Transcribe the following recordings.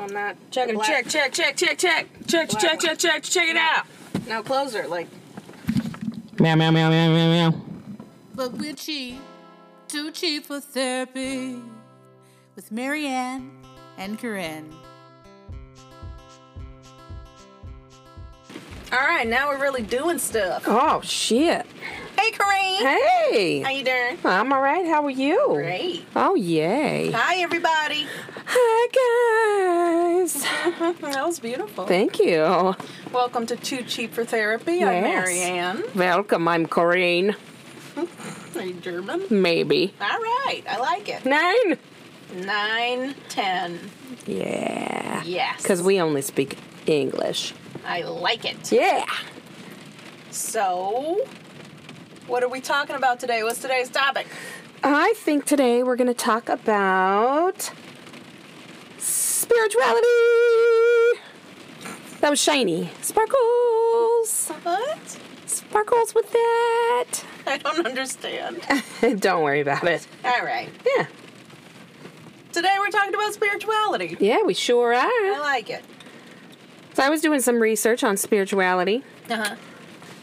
on that. Check The him. black- Check, check, check, check, check, check, Black check, check, check, check it out. No, closer. Like, Meow, meow, meow, meow, meow, meow. But we're cheap, too cheap for therapy. With Marianne and Corinne. all right, now we're really doing stuff. Oh shit! Hey, Kareem. How Hey, you doing? I'm all right. How are you? Great. Oh yay! Hi, everybody. Hi guys. that was beautiful. Thank you. Welcome to Too Cheap for Therapy. I'm Yes. Marianne. Welcome. I'm Corinne. Are you German? Maybe All right, I like it. nine. Nine, ten. Yeah. Yes. Because we only speak English. I like it. Yeah. So, what are we talking about today? What's today's topic? I think today we're gonna talk about spirituality. That was shiny. Sparkles. What? Sparkles with that. I don't understand. Don't worry about it. All right. Yeah. Today we're talking about spirituality. Yeah, we sure I are. like it. So I was doing some research on spirituality, Uh-huh.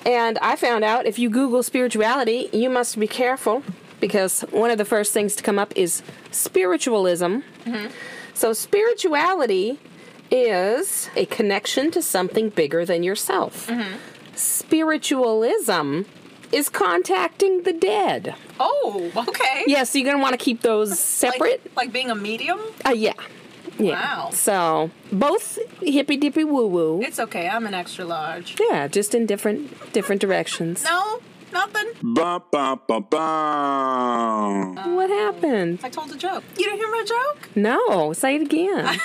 and I found out if you Google spirituality, you must be careful because one of the first things to come up is spiritualism. Mm-hmm. So spirituality is a connection to something bigger than yourself. Mm-hmm. Spiritualism is contacting the dead. Oh, okay. Yeah, so you're going to want to keep those separate. Like, like being a medium? Uh, yeah. Yeah. Wow. So both hippy dippy woo woo. It's okay. I'm an extra large. Yeah, just in different different directions. No, nothing. Bum, bum, bum, bum. What happened? I told a joke. You didn't hear my joke? No, say it again.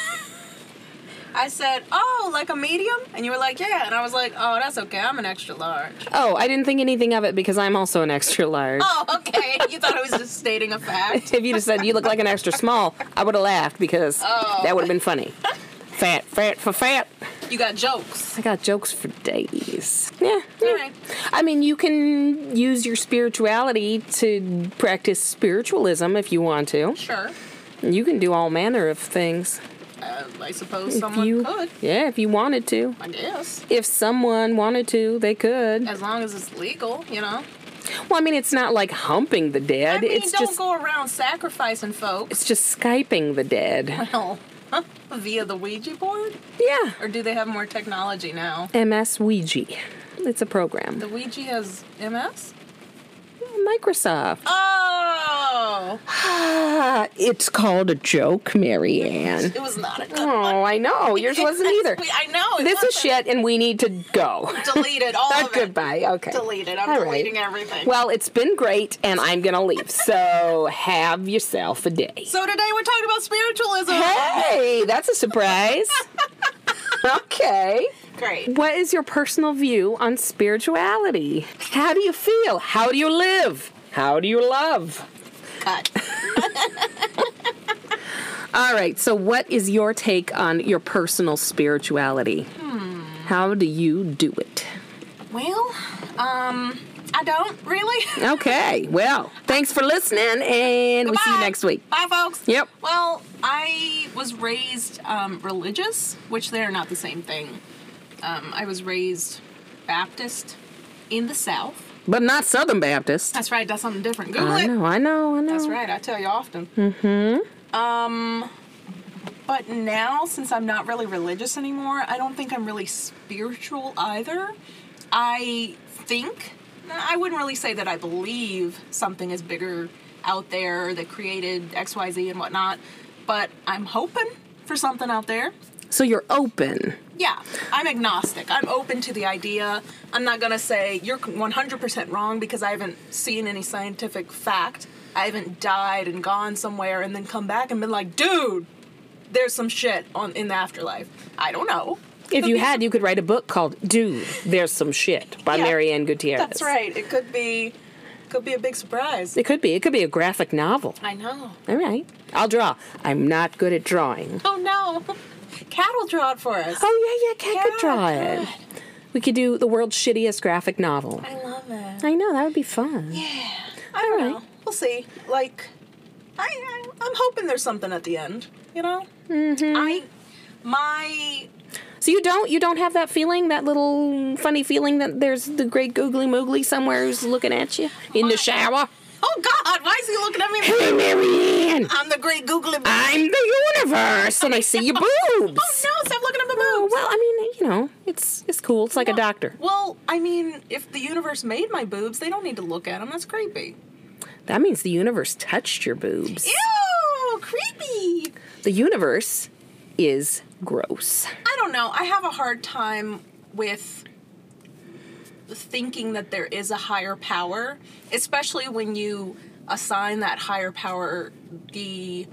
I said, oh, like a medium? And you were like, yeah. And I was like, oh, that's okay. I'm an extra large. oh, I didn't think anything of it because I'm also an extra large. Oh, okay. you thought I was just stating a fact. If you just said you look like an extra small, I would have laughed because Oh. that would have been funny. fat, fat, for fat. You got jokes. I got jokes for days. Yeah. yeah. All right. I mean, you can use your spirituality to practice spiritualism if you want to. Sure. You can do all manner of things. Uh, I suppose If someone you- could. Yeah, if you wanted to. I guess. If someone wanted to, they could. As long as it's legal, you know. Well, I mean, it's not like humping the I dead. mean, it's don't just go around sacrificing folks. it's just skyping the dead. No. Huh? Via the Ouija board? Yeah. Or do they have more technology now? MS Ouija. It's a program. The Ouija has MS? Microsoft. Oh! Ah, it's called a joke, Marianne. It was not a good one. Oh, I know. Yours wasn't either. We- I know. it This is wasn't. shit, and we need to go. Deleted all of it. Goodbye. Okay. Deleted. I'm All right. deleting everything. Well, it's been great, and I'm gonna leave. So have yourself a day. so today we're talking about spiritualism. Hey, that's a surprise. okay. Great. What is your personal view on spirituality? How do you feel? How do you live? How do you love? Cut. All right, so what is your take on your personal spirituality? Hmm. How do you do it? Well, um, I don't really. Okay, well, thanks for listening, and we'll see you Bye. next week. Bye, folks. Yep. Well, I was raised um, religious, which they're not the same thing. Um, I was raised Baptist in the South. But not Southern Baptist. That's right. That's something different. Google I it. know, I know, I know. That's right. I tell you often. Mm-hmm. Um, but now since I'm not really religious anymore, I don't think I'm really spiritual either. I think I wouldn't really say that I believe something is bigger out there that created X, Y, Z, and whatnot. But I'm hoping for something out there. So you're open. Yeah, I'm agnostic. I'm open to the idea. I'm not gonna say you're 100% wrong because I haven't seen any scientific fact. I haven't died and gone somewhere and then come back and been like, dude, there's some shit on in the afterlife. I don't know. If you had, you could write a book called Dude, There's Some Shit by Yeah, Marianne Gutierrez. That's right. It could be, could be a big surprise. It could be. It could be a graphic novel. I know. All right. I'll draw. I'm not good at drawing. Oh no, Cat will draw it for us. Oh, yeah, yeah. Cat Yeah, could draw it. God. We could do the world's shittiest graphic novel. I love it. I know. That would be fun. Yeah. I don't All right. know. We'll see. Like, I, I I'm hoping there's something at the end. You know. I my So you don't you don't have that feeling, that little funny feeling that there's the great googly moogly somewhere who's looking at you in the shower. oh god, why is he looking at me? Hey, like Marianne, I'm the great googly. I'm the universe, and I see your oh boobs. no! Stop looking at my Oh, boobs. well, I mean, you know, it's it's cool. It's like a doctor. Well, I mean, if the universe made my boobs, they don't need to look at them. That's creepy. That means the universe touched your boobs. Ew, creepy. The universe is gross. I don't know. I have a hard time with thinking that there is a higher power, especially when you assign that higher power the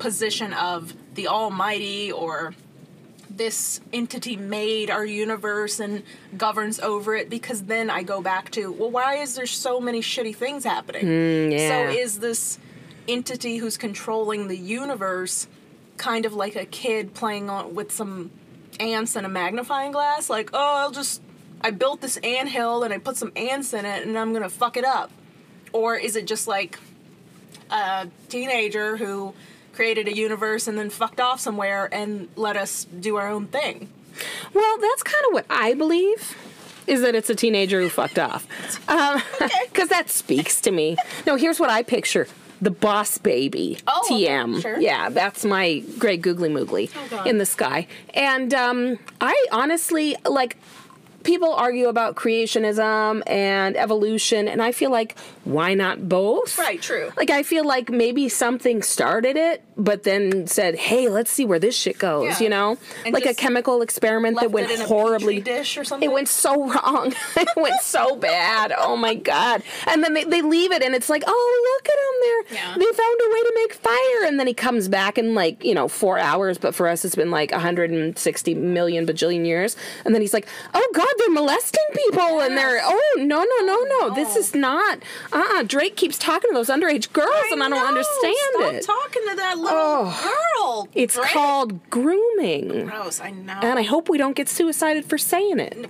position of the almighty or this entity made our universe and governs over it because then I go back to, well, why is there so many shitty things happening? yeah. So is this entity who's controlling the universe kind of like a kid playing on with some ants and a magnifying glass? Like, oh, I'll just I built this ant hill and I put some ants in it and I'm gonna fuck it up. Or is it just like a teenager who created a universe and then fucked off somewhere and let us do our own thing? Well, that's kind of what I believe. Is that it's a teenager who fucked off. Because that speaks to me. No, here's what I picture the boss baby. Oh, TM. sure. Oh, Yeah, that's my great googly moogly God. in the sky. And um, I honestly, like, people argue about creationism and evolution, and I feel like, why not both? Right, true. Like, I feel like maybe something started it, but then said, hey, let's see where this shit goes, Yeah. you know? And like a just chemical experiment Left that went it in a horribly. petri dish or something. It went so wrong. it went so bad. Oh my god! And then they, they leave it, and it's like, oh look at Yeah. him there. They found a way to make fire, and then he comes back in like you know four hours, but for us it's been like 160 million bajillion years. And then he's like, oh god, they're molesting people, and they're oh no no no no, this no. is not. Uh uh Drake keeps talking to those underage girls, and I don't know, understand stop it. Oh. talking to that little girl. it's Drake. called grooming. Gross, I know. And I hope we don't get suicided for saying it.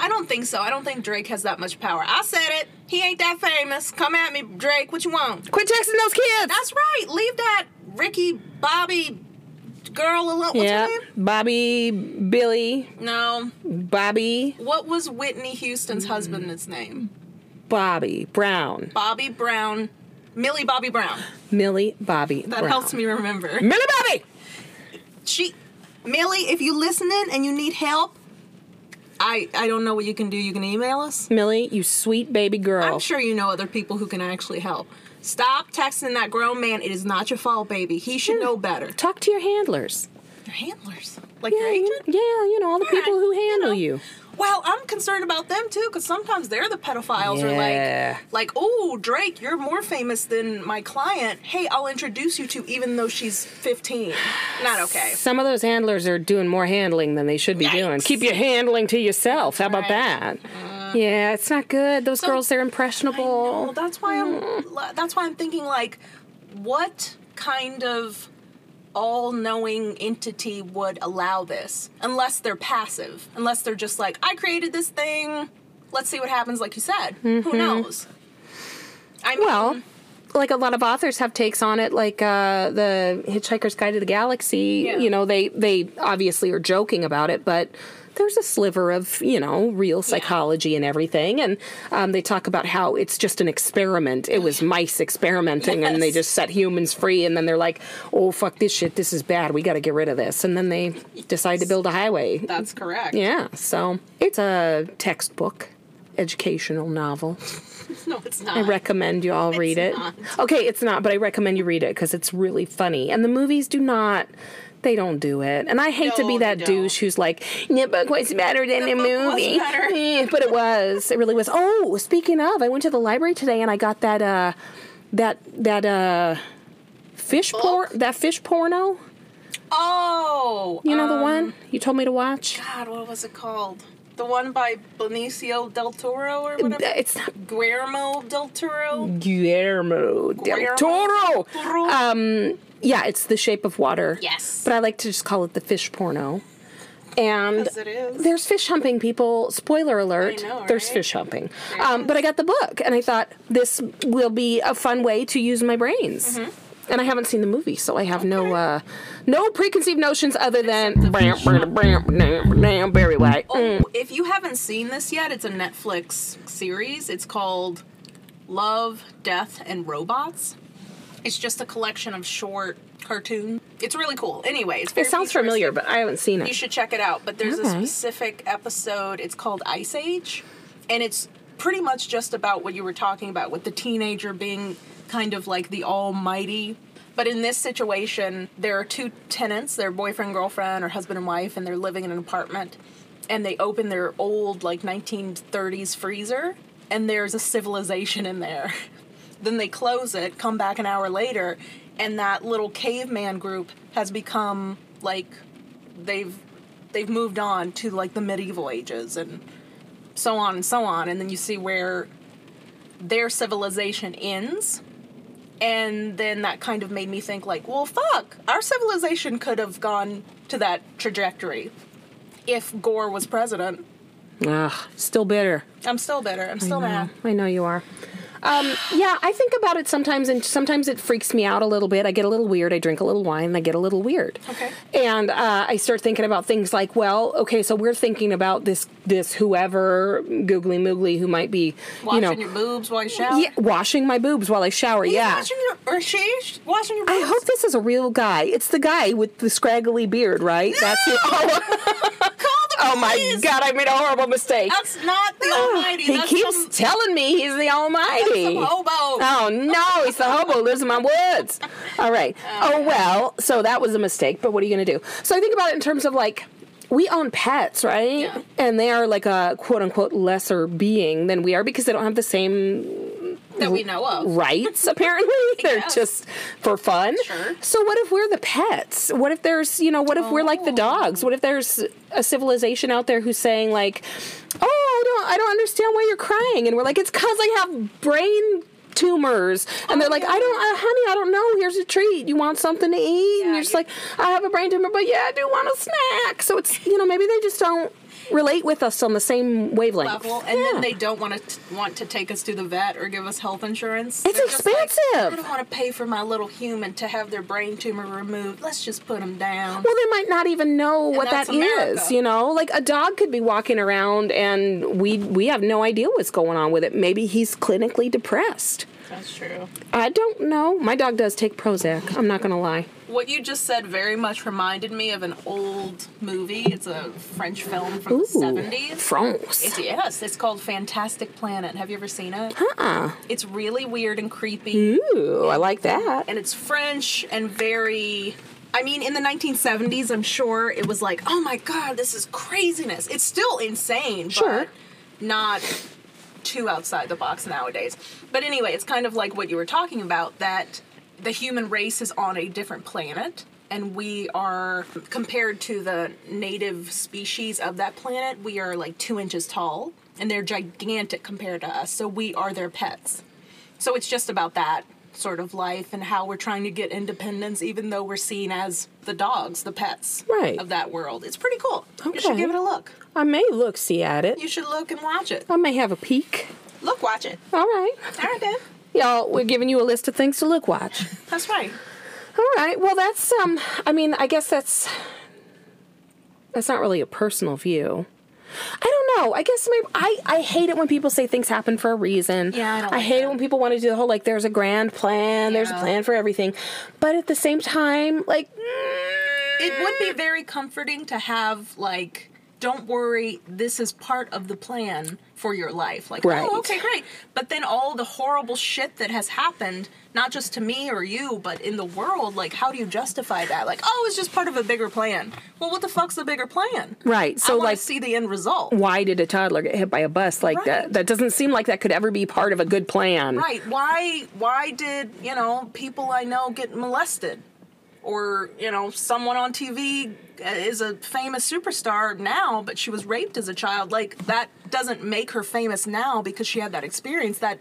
I don't think so. I don't think Drake has that much power. I said it. He ain't that famous. Come at me, Drake. What you want? Quit texting those kids. That's right. Leave that Ricky Bobby girl alone. What's Yeah, her name? Bobby, Billy, No. Bobby, What was Whitney Houston's husband's name? Bobby Brown, Bobby Brown. Millie Bobby Brown. Millie, Bobby. That Brown. helps me remember. Millie Bobby. She Millie, if you listening and you need help, I I don't know what you can do. You can email us. Millie, you sweet baby girl. I'm sure you know other people who can actually help. Stop texting that grown man. It is not your fault, baby. He should know better. Talk to your handlers. Your handlers, like Yeah, your you, agent. yeah, you know all the people who Alright, you handle know. you. Well, I'm concerned about them too, because sometimes they're the pedophiles. Are Yeah. like, like, oh, Drake, you're more famous than my client. Hey, I'll introduce you to, even though she's 15. Not okay. Some of those handlers are doing more handling than they should be doing. Yikes. Keep your handling to yourself. How about Right. Uh-huh. that? yeah, it's not good. Those girls, they're impressionable. Well, that's why Mm. I'm. That's why I'm thinking like, what kind of all-knowing entity would allow this? Unless they're passive. Unless they're just like, I created this thing. Let's see what happens. Like you said, who knows? I mean, Mm-hmm. Well, like a lot of authors have takes on it, like uh, the Hitchhiker's Guide to the Galaxy. Yeah. You know, they they obviously are joking about it, but there's a sliver of you know real psychology and everything, and um, they talk about how it's just an experiment. It was mice experimenting, and they Yes. just set humans free, and then they're like, "Oh fuck this shit, this is bad. We got to get rid of this," and then they decide to build a highway. that's correct. Yeah, so it's a textbook, educational novel. No, it's not. I recommend you all read it. not. Okay, it's not, but I recommend you read it because it's really funny. And the movies do not. They don't do it. And I hate to be No, they that don't. douche who's like, the book was better than the, book was movie. better. Eh, but it was. It really was. Oh, speaking of, I went to the library today and I got that uh that that uh fish por that fish porno. oh, You know um, the one you told me to watch? God, what was it called? The one by Benicio del Toro or whatever. It's not Guillermo del Mm. Toro. Guillermo del Guillermo Toro. del Toro. Um, Yeah, it's The Shape of Water. Yes. But I like to just call it the fish porno. And Yes, it is. there's fish humping people. Spoiler alert, I know, there's right? fish humping. Um, but I got the book and I thought this will be a fun way to use my brains. Mm-hmm. And I haven't seen the movie, so I have no uh, no preconceived notions other than bam, bam, bam, bam, bam, Barry White. Mm. Oh, if you haven't seen this yet, it's a Netflix series. It's called Love, Death, and Robots. It's just a collection of short cartoons. It's really cool. Anyway, it's very It sounds futuristic. familiar, but I haven't seen You it. should check it out. But there's a Okay. specific episode. It's called Ice Age, and it's pretty much just about what you were talking about with the teenager being kind of like the almighty. But in this situation, there are two tenants, their boyfriend, girlfriend, or husband and wife, and they're living in an apartment. And they open their old, like 1930s freezer, and there's a civilization in there. then they close it, come back an hour later, and that little caveman group has become like they've they've moved on to like the medieval ages and so on and so on and then you see where their civilization ends and then that kind of made me think like well fuck our civilization could have gone to that trajectory if gore was president Ugh, still bitter. i'm still bitter i'm still mad I know you are. Um, yeah, I think about it sometimes, and sometimes it freaks me out a little bit. I get a little weird. I drink a little wine, and I get a little weird. Okay. And uh, I start thinking about things like, well, okay, so we're thinking about this this whoever googly moogly who might be, washing you know, your boobs while you shower yeah, washing my boobs while I shower. He's yeah. washing your, or she's washing your I boobs hope this is a real guy. It's the guy with the scraggly beard, right? That's it. Oh, call the oh my police. God, I made a horrible mistake. Oh, that's not the almighty he that's keeps some, telling me he's the that's Almighty. some hobo Oh no, he's the hobo who lives in my woods. All right. Oh well, so that was a mistake, but what are you gonna do? So I think about it in terms of like we own pets, right? Yeah. And they are like a quote unquote lesser being than we are because they don't have the same that we know of rights, apparently. They're guess. just for fun. Sure. So what if we're the pets? What if there's you know, what if we're like Oh. the dogs? What if there's a civilization out there who's saying like, Oh, I don't I don't understand why you're crying and we're like, It's cause I have brain tumors and they're like Oh. i don't uh, honey i don't know here's a treat you want something to eat and Yeah, you're just you- like i have a brain tumor but yeah i do want a snack so it's you know maybe they just don't relate with us on the same wavelength level, and Yeah. then they don't want to want to take us to the vet or give us health insurance. It's just like, expensive. I don't want to pay for my little human to have their brain tumor removed. Let's just put them down. Well, they might not even know what that's that is. America. You know, like a dog could be walking around and we we have no idea what's going on with it. Maybe he's clinically depressed. That's true. I don't know. My dog does take Prozac. I'm not gonna lie. What you just said very much reminded me of an old movie. It's a French film from the seventies. France. Yes, it's called Fantastic Planet. Have you ever seen it? Uh, It's really weird and creepy. Hmm. ooh, I like that. and it's French and very. I mean, in the 1970s, I'm sure it was like, oh my god, this is craziness. It's still insane, Sure. but not too outside the box nowadays. But anyway, it's kind of like what you were talking about that the human race is on a different planet, and we are, compared to the native species of that planet, we are like two inches tall, and they're gigantic compared to us, so we are their pets. So it's just about that sort of life and how we're trying to get independence, even though we're seen as the dogs, the pets Right. of that world. It's pretty cool. You Okay. should give it a look. I may look see at it. You should look and watch it. I may have a peek. Look, watch it. All right. All right, babe. Y'all, we're giving you a list of things to look watch. That's right. All right. Well, that's um. I mean, I guess that's that's not really a personal view. I don't know. I guess maybe I I hate it when people say things happen for a reason. Yeah, I don't like hate it that. when people want to do the whole like there's a grand plan, there's a Yeah. plan for everything, but at the same time, like it It would be very comforting to have, like, don't worry, this is part of the plan for your life. Like, Right. oh, okay, great. But then all the horrible shit that has happened, not just to me or you, but in the world, like, how do you justify that? Like, oh, it's just part of a bigger plan. Well, what the fuck's the bigger plan? right. I So want like. to see the end result. why did a toddler get hit by a bus like that? Right. That doesn't seem like that could ever be part of a good plan. Right? Why? Why did you know people I know get molested, or you know someone on TV is a famous superstar now, but she was raped as a child? Like that doesn't make her famous now because she had that experience. That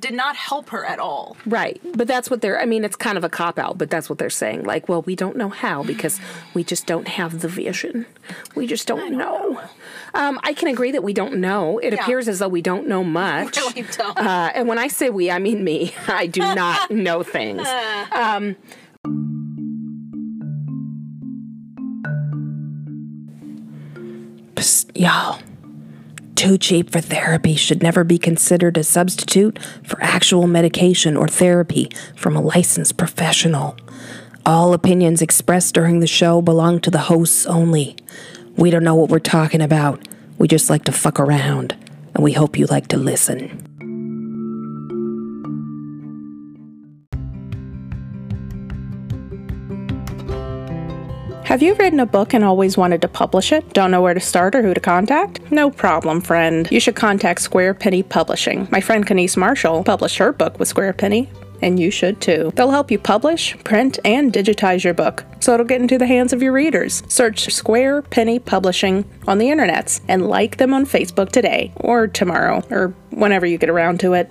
did not help her at all. Right. But that's what they're, I mean, it's kind of a cop out, but that's what they're saying. Like, well, we don't know how because we just don't have the vision. We just don't, know. Um, I can agree that we don't know. It Yeah. appears as though we don't know much. Really don't. Uh, and when I say we, I mean me. I do not know things. Um, Psst, y'all. Too cheap for therapy should never be considered a substitute for actual medication or therapy from a licensed professional. All opinions expressed during the show belong to the hosts only. We don't know what we're talking about. We just like to fuck around, and we hope you like to listen. Have you written a book and always wanted to publish it? Don't know where to start or who to contact? No problem, friend. You should contact Square Penny Publishing. My friend Kenise Marshall published her book with Square Penny. And you should too. They'll help you publish, print, and digitize your book so it'll get into the hands of your readers. Search Square Penny Publishing on the internets and like them on Facebook today or tomorrow or whenever you get around to it.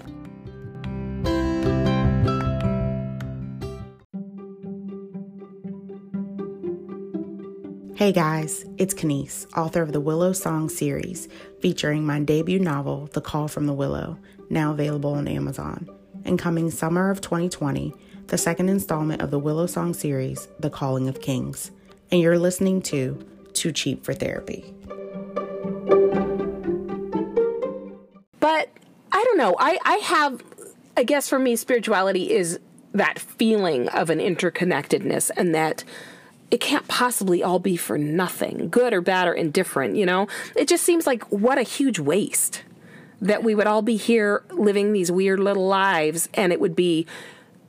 Hey guys, it's Kanice, author of the Willow Song series, featuring my debut novel, The Call from the Willow, now available on Amazon. And coming summer of 2020, the second installment of the Willow Song series, The Calling of Kings. And you're listening to Too Cheap for Therapy. but I don't know. I, I have, I guess for me, spirituality is that feeling of an interconnectedness and that it can't possibly all be for nothing, good or bad or indifferent, you know? It just seems like what a huge waste that we would all be here living these weird little lives and it would be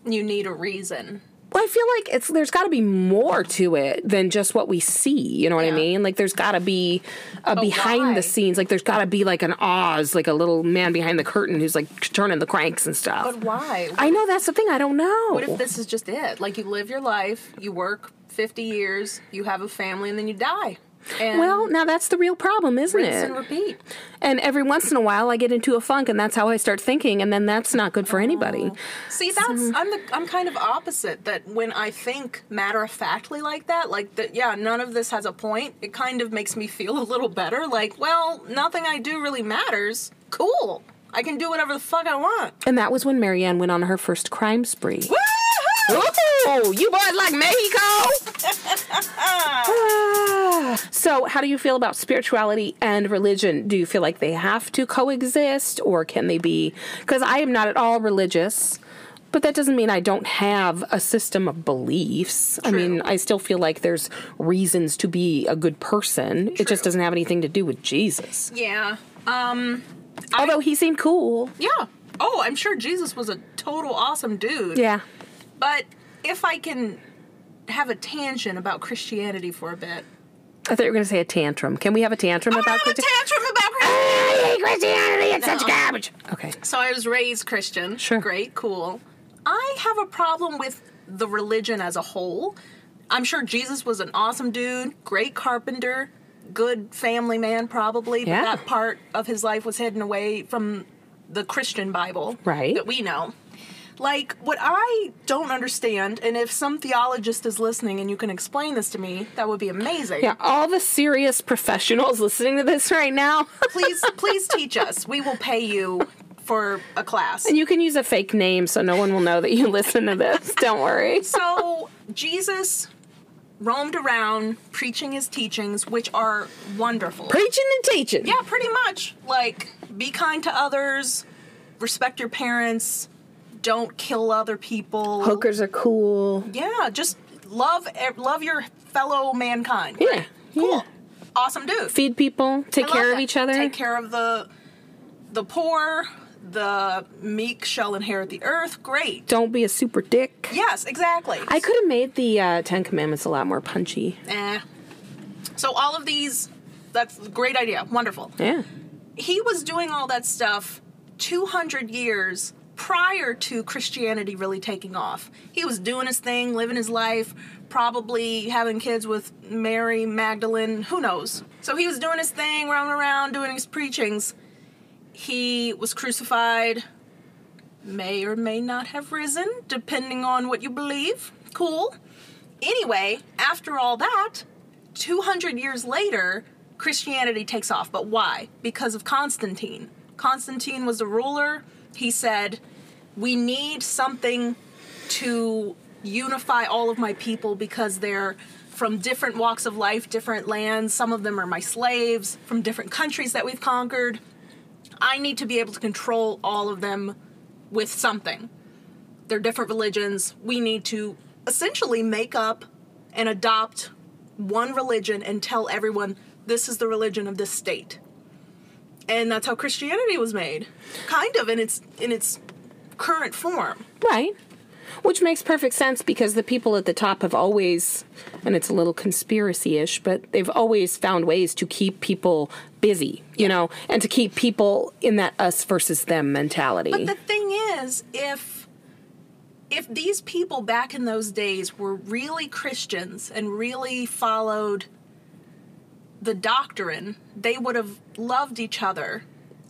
You need a reason. well, I feel like it's there's got to be more to it than just what we see. You know what I mean? Like there's got to be a behind why? the scenes. Like there's got to be like an Oz, like a little man behind the curtain who's like turning the cranks and stuff. But why? I know that's the thing. I don't know. What if this is just it? Like you live your life, you work 50 years, you have a family, and then you die. And well, now that's the real problem, isn't rinse it? and repeat. And every once in a while, I get into a funk, and that's how I start thinking, and then that's not good for anybody. Oh. See, that's I'm the I'm kind of opposite. That when I think matter of factly like that, like that, yeah, none of this has a point. It kind of makes me feel a little better. Like, well, nothing I do really matters. Cool. I can do whatever the fuck I want. And that was when Marianne went on her first crime spree. Woohoo! Ooh, you boys like Mexico? Ah. so, how do you feel about spirituality and religion? Do you feel like they have to coexist or can they be? Because I am not at all religious, but that doesn't mean I don't have a system of beliefs. I mean, I still feel like there's reasons to be a good person, it just doesn't have anything to do with Jesus. Yeah. Um. Although he seemed cool. Yeah. Oh, I'm sure Jesus was a total awesome dude. Yeah. But if I can have a tangent about Christianity for a bit. I thought you were going to say a tantrum. Can we have a tantrum I'm gonna about have a Christi- tantrum about Christianity. I hate Christianity. It's such garbage. Okay. So I was raised Christian. Sure. Great, cool. I have a problem with the religion as a whole. I'm sure Jesus was an awesome dude, great carpenter, good family man, probably, Yeah. but that part of his life was hidden away from the Christian Bible Right. that we know. Like, what I don't understand, and if some theologist is listening and you can explain this to me, that would be amazing. Yeah, all the serious professionals listening to this right now, Please, please teach us. We will pay you for a class. you can use a fake name so no one will know that you listen to this. Don't worry. so Jesus roamed around preaching his teachings, which are wonderful. Preaching and teaching. yeah, pretty much. Like, be kind to others, respect your parents, don't kill other people. Hookers are cool. Yeah, just love ev- love your fellow mankind. Yeah. Cool. Yeah. Awesome dude. Feed people, take I care love of it. each other. Take care of the the poor. The meek shall inherit the earth. Great. Don't be a super dick. Yes, exactly. I could have made the uh, Ten Commandments a lot more punchy. Eh. So all of these, that's a great idea, wonderful. Yeah. He was doing all that stuff 200 years prior to Christianity really taking off. He was doing his thing, living his life, probably having kids with Mary Magdalene, who knows. So he was doing his thing, roaming around, doing his preachings. He was crucified, may or may not have risen, depending on what you believe. Cool. Anyway, after all that, 200 years later, Christianity takes off. But why? Because of Constantine. Constantine was the ruler. He said, We need something to unify all of my people because they're from different walks of life, different lands. Some of them are my slaves from different countries that we've conquered. I need to be able to control all of them with something. They're different religions. We need to essentially make up and adopt one religion and tell everyone this is the religion of this state. And that's how Christianity was made, kind of in its in its current form. Right. Which makes perfect sense because the people at the top have always, and it's a little conspiracy ish, but they've always found ways to keep people busy, you know, and to keep people in that us versus them mentality. But the thing is, if if these people back in those days were really Christians and really followed the doctrine, they would have loved each other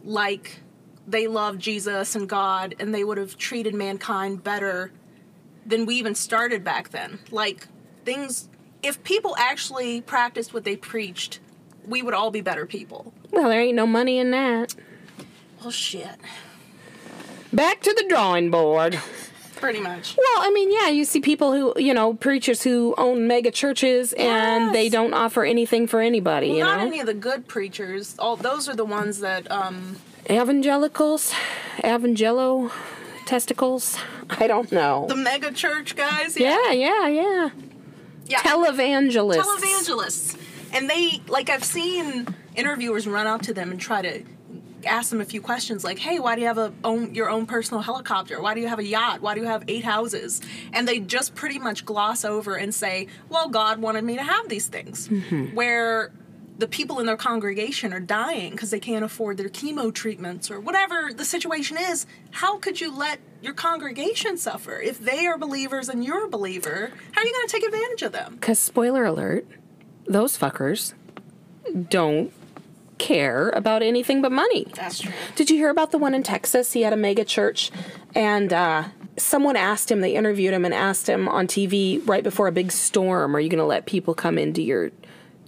like they loved Jesus and God, and they would have treated mankind better than we even started back then. Like things, if people actually practiced what they preached, we would all be better people. well, there ain't no money in that. Well, shit. Back to the drawing board. Pretty much. Well, I mean, yeah, you see people who, you know, preachers who own mega churches and Yes. they don't offer anything for anybody, you Not know? any of the good preachers. All those are the ones that um, Evangelicals, Evangelo testicles. I don't know. the mega church guys. yeah, yeah, yeah. yeah. Televangelists. televangelists. And they, like, I've seen interviewers run up to them and try to ask them a few questions, like, "Hey, why do you have a own, your own personal helicopter? Why do you have a yacht? Why do you have eight houses?" And they just pretty much gloss over and say, "Well, God wanted me to have these things." Where the people in their congregation are dying because they can't afford their chemo treatments or whatever the situation is. How could you let your congregation suffer if they are believers and you're a believer? How are you going to take advantage of them? Because, spoiler alert, those fuckers don't care about anything but money. That's true. Did you hear about the one in Texas? He had a mega church, and uh, someone asked him. They interviewed him and asked him on TV right before a big storm, "Are you going to let people come into your?"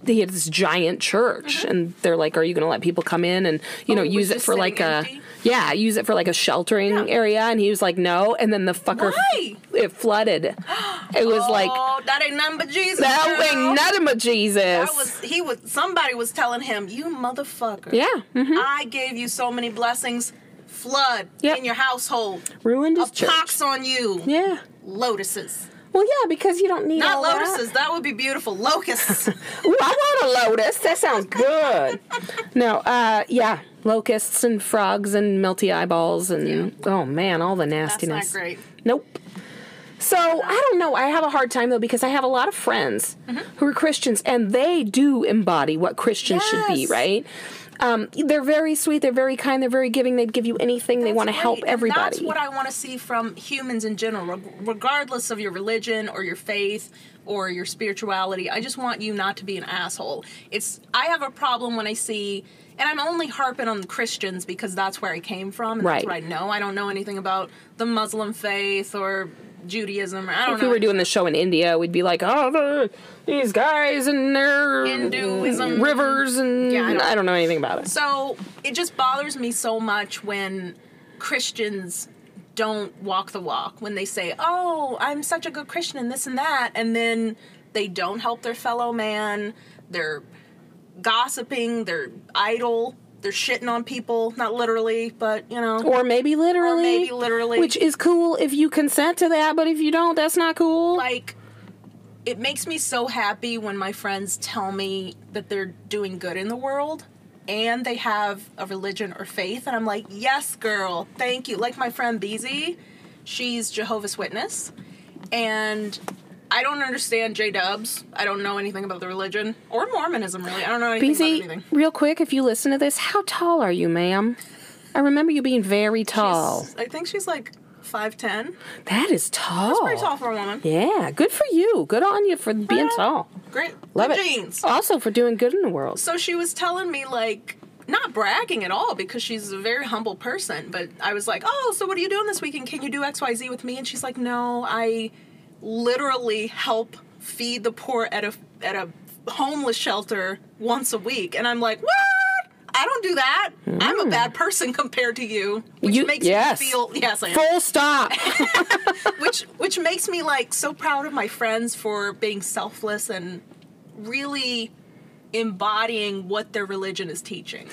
He had this giant church, and they're like, "Are you going to let people come in and you know it Mm-hmm. Oh, was use it just for sitting like empty? a yeah, use it for like a sheltering area?" And he was like, "No." And then the fucker Why? it flooded. It was like oh, that ain't nothing but Jesus. that girl. ain't nothing but Jesus. That was he was somebody was telling him, you motherfucker. yeah, mhm. I gave you so many blessings. Flood Yep. in your household. ruined A his church. pox on you. Yeah. Lotuses. Well, yeah, because you don't need Not all that. lotuses. That. would be beautiful. Locusts. Ooh, I want a lotus. That sounds good. no, uh, yeah, locusts and frogs and melty eyeballs and oh man, all the That's not nastiness. great. Nope. So I don't know. I have a hard time though because I have a lot of friends Mm-hmm. who are Christians and they do embody what Christians should be, Yes. right? Um, they're very sweet. They're very kind. They're very giving. They'd give you anything. they That's want to great. help And everybody. That's what I want to see from humans in general, reg- regardless of your religion or your faith or your spirituality. I just want you not to be an asshole. It's I have a problem when I see, and I'm only harping on the Christians because that's where I came from and that's Right. what I know. I don't know anything about the Muslim faith or Judaism. Or, I don't if know. we were doing the show in India, we'd be like, oh, the, these guys and their Hinduism. rivers and Yeah, I I, don't- don't, know anything about it. So it just bothers me so much when Christians don't walk the walk, when they say, Oh, I'm such a good Christian and this and that, and then they don't help their fellow man, they're gossiping, they're idle, they're shitting on people, not literally, but you know. Or maybe literally. maybe literally. Which is cool if you consent to that, but if you don't, that's not cool. like it makes me so happy when my friends tell me that they're doing good in the world and they have a religion or faith and i'm like yes girl thank you like my friend beezy she's jehovah's witness and i don't understand j-dubs i don't know anything about the religion or mormonism really i don't know anything about BZ, anything real quick, if you listen to this, how tall are you, ma'am? I remember you being very tall. She's- i think she's like 510 that is tall. pretty tall for a woman Yeah, good for you. Good on you for being tall. great Love Good it. jeans Also for doing good in the world. so she was telling me like not bragging at all because she's a very humble person but i was like oh so what are you doing this weekend can you do xyz with me and she's like no i literally help feed the poor at a at a homeless shelter once a week, and I'm like, what? I don't do that. I'm a bad person compared to you, which Mm. You- makes yes. me feel yes, I am. Full stop. which which makes me like so proud of my friends for being selfless and really embodying what their religion is teaching.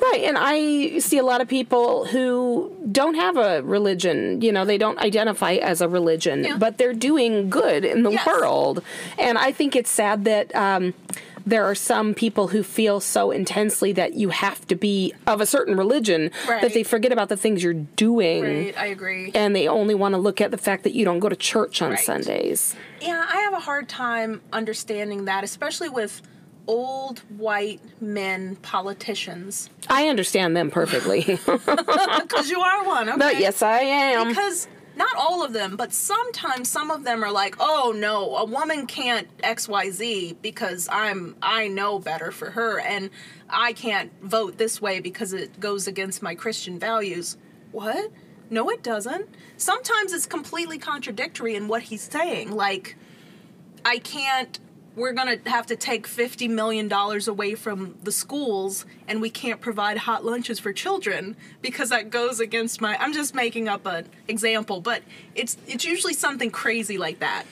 Right, and I see a lot of people who don't have a religion. You know, they don't identify as a religion, but they're doing good in the Yes. world. And I think it's sad that um, there are some people who feel so intensely that you have to be of a certain religion that they Right. forget about the things you're doing. Right, I agree. And they only want to look at the fact that you don't go to church on Right. Sundays. Yeah, I have a hard time understanding that, especially with old white men politicians. I understand them perfectly. Because you are one, okay? but yes, I am. Because not all of them, but sometimes some of them are like, "Oh no, a woman can't X Y Z because I'm I know better for her, and I can't vote this way because it goes against my Christian values." What? No, it doesn't. Sometimes it's completely contradictory in what he's saying. Like, I can't. We're gonna have to take fifty million dollars away from the schools, and we can't provide hot lunches for children because that goes against my. I'm just making up an example, but it's it's usually something crazy like that.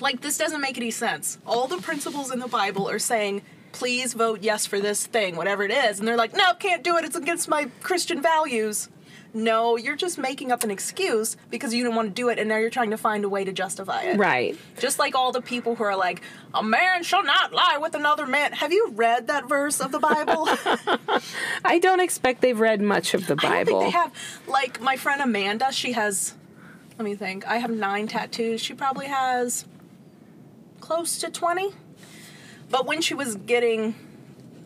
Like this doesn't make any sense. All the principles in the Bible are saying, please vote yes for this thing, whatever it is, and they're like, no, can't do it. It's against my Christian values. No, you're just making up an excuse because you didn't want to do it, and now you're trying to find a way to justify it. right. Just like all the people who are like, a man shall not lie with another man. Have you read that verse of the Bible? I don't expect they've read much of the Bible. I don't think they have. Like my friend Amanda, she has. Let me think. I have nine tattoos. She probably has close to twenty. But when she was getting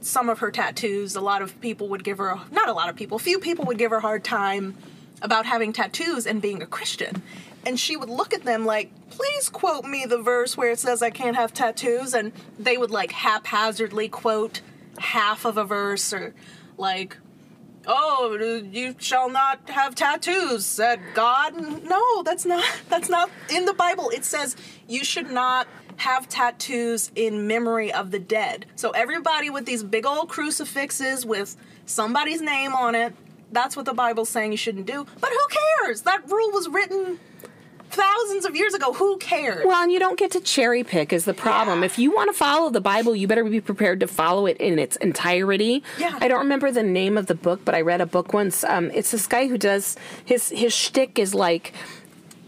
some of her tattoos, a lot of people would give her a, not a lot of people, few people would give her a hard time about having tattoos and being a Christian. And she would look at them like, please quote me the verse where it says I can't have tattoos. And they would like haphazardly quote half of a verse or like, oh you shall not have tattoos said god no that's not that's not in the bible it says you should not have tattoos in memory of the dead so everybody with these big old crucifixes with somebody's name on it that's what the bible's saying you shouldn't do but who cares that rule was written thousands of years ago who cares Well, and you don't get to cherry pick is the problem. If you want to follow the Bible, you better be prepared to follow it in its entirety. Yeah. I don't remember the name of the book, but I read a book once. Um, it's this guy who does his his shtick is like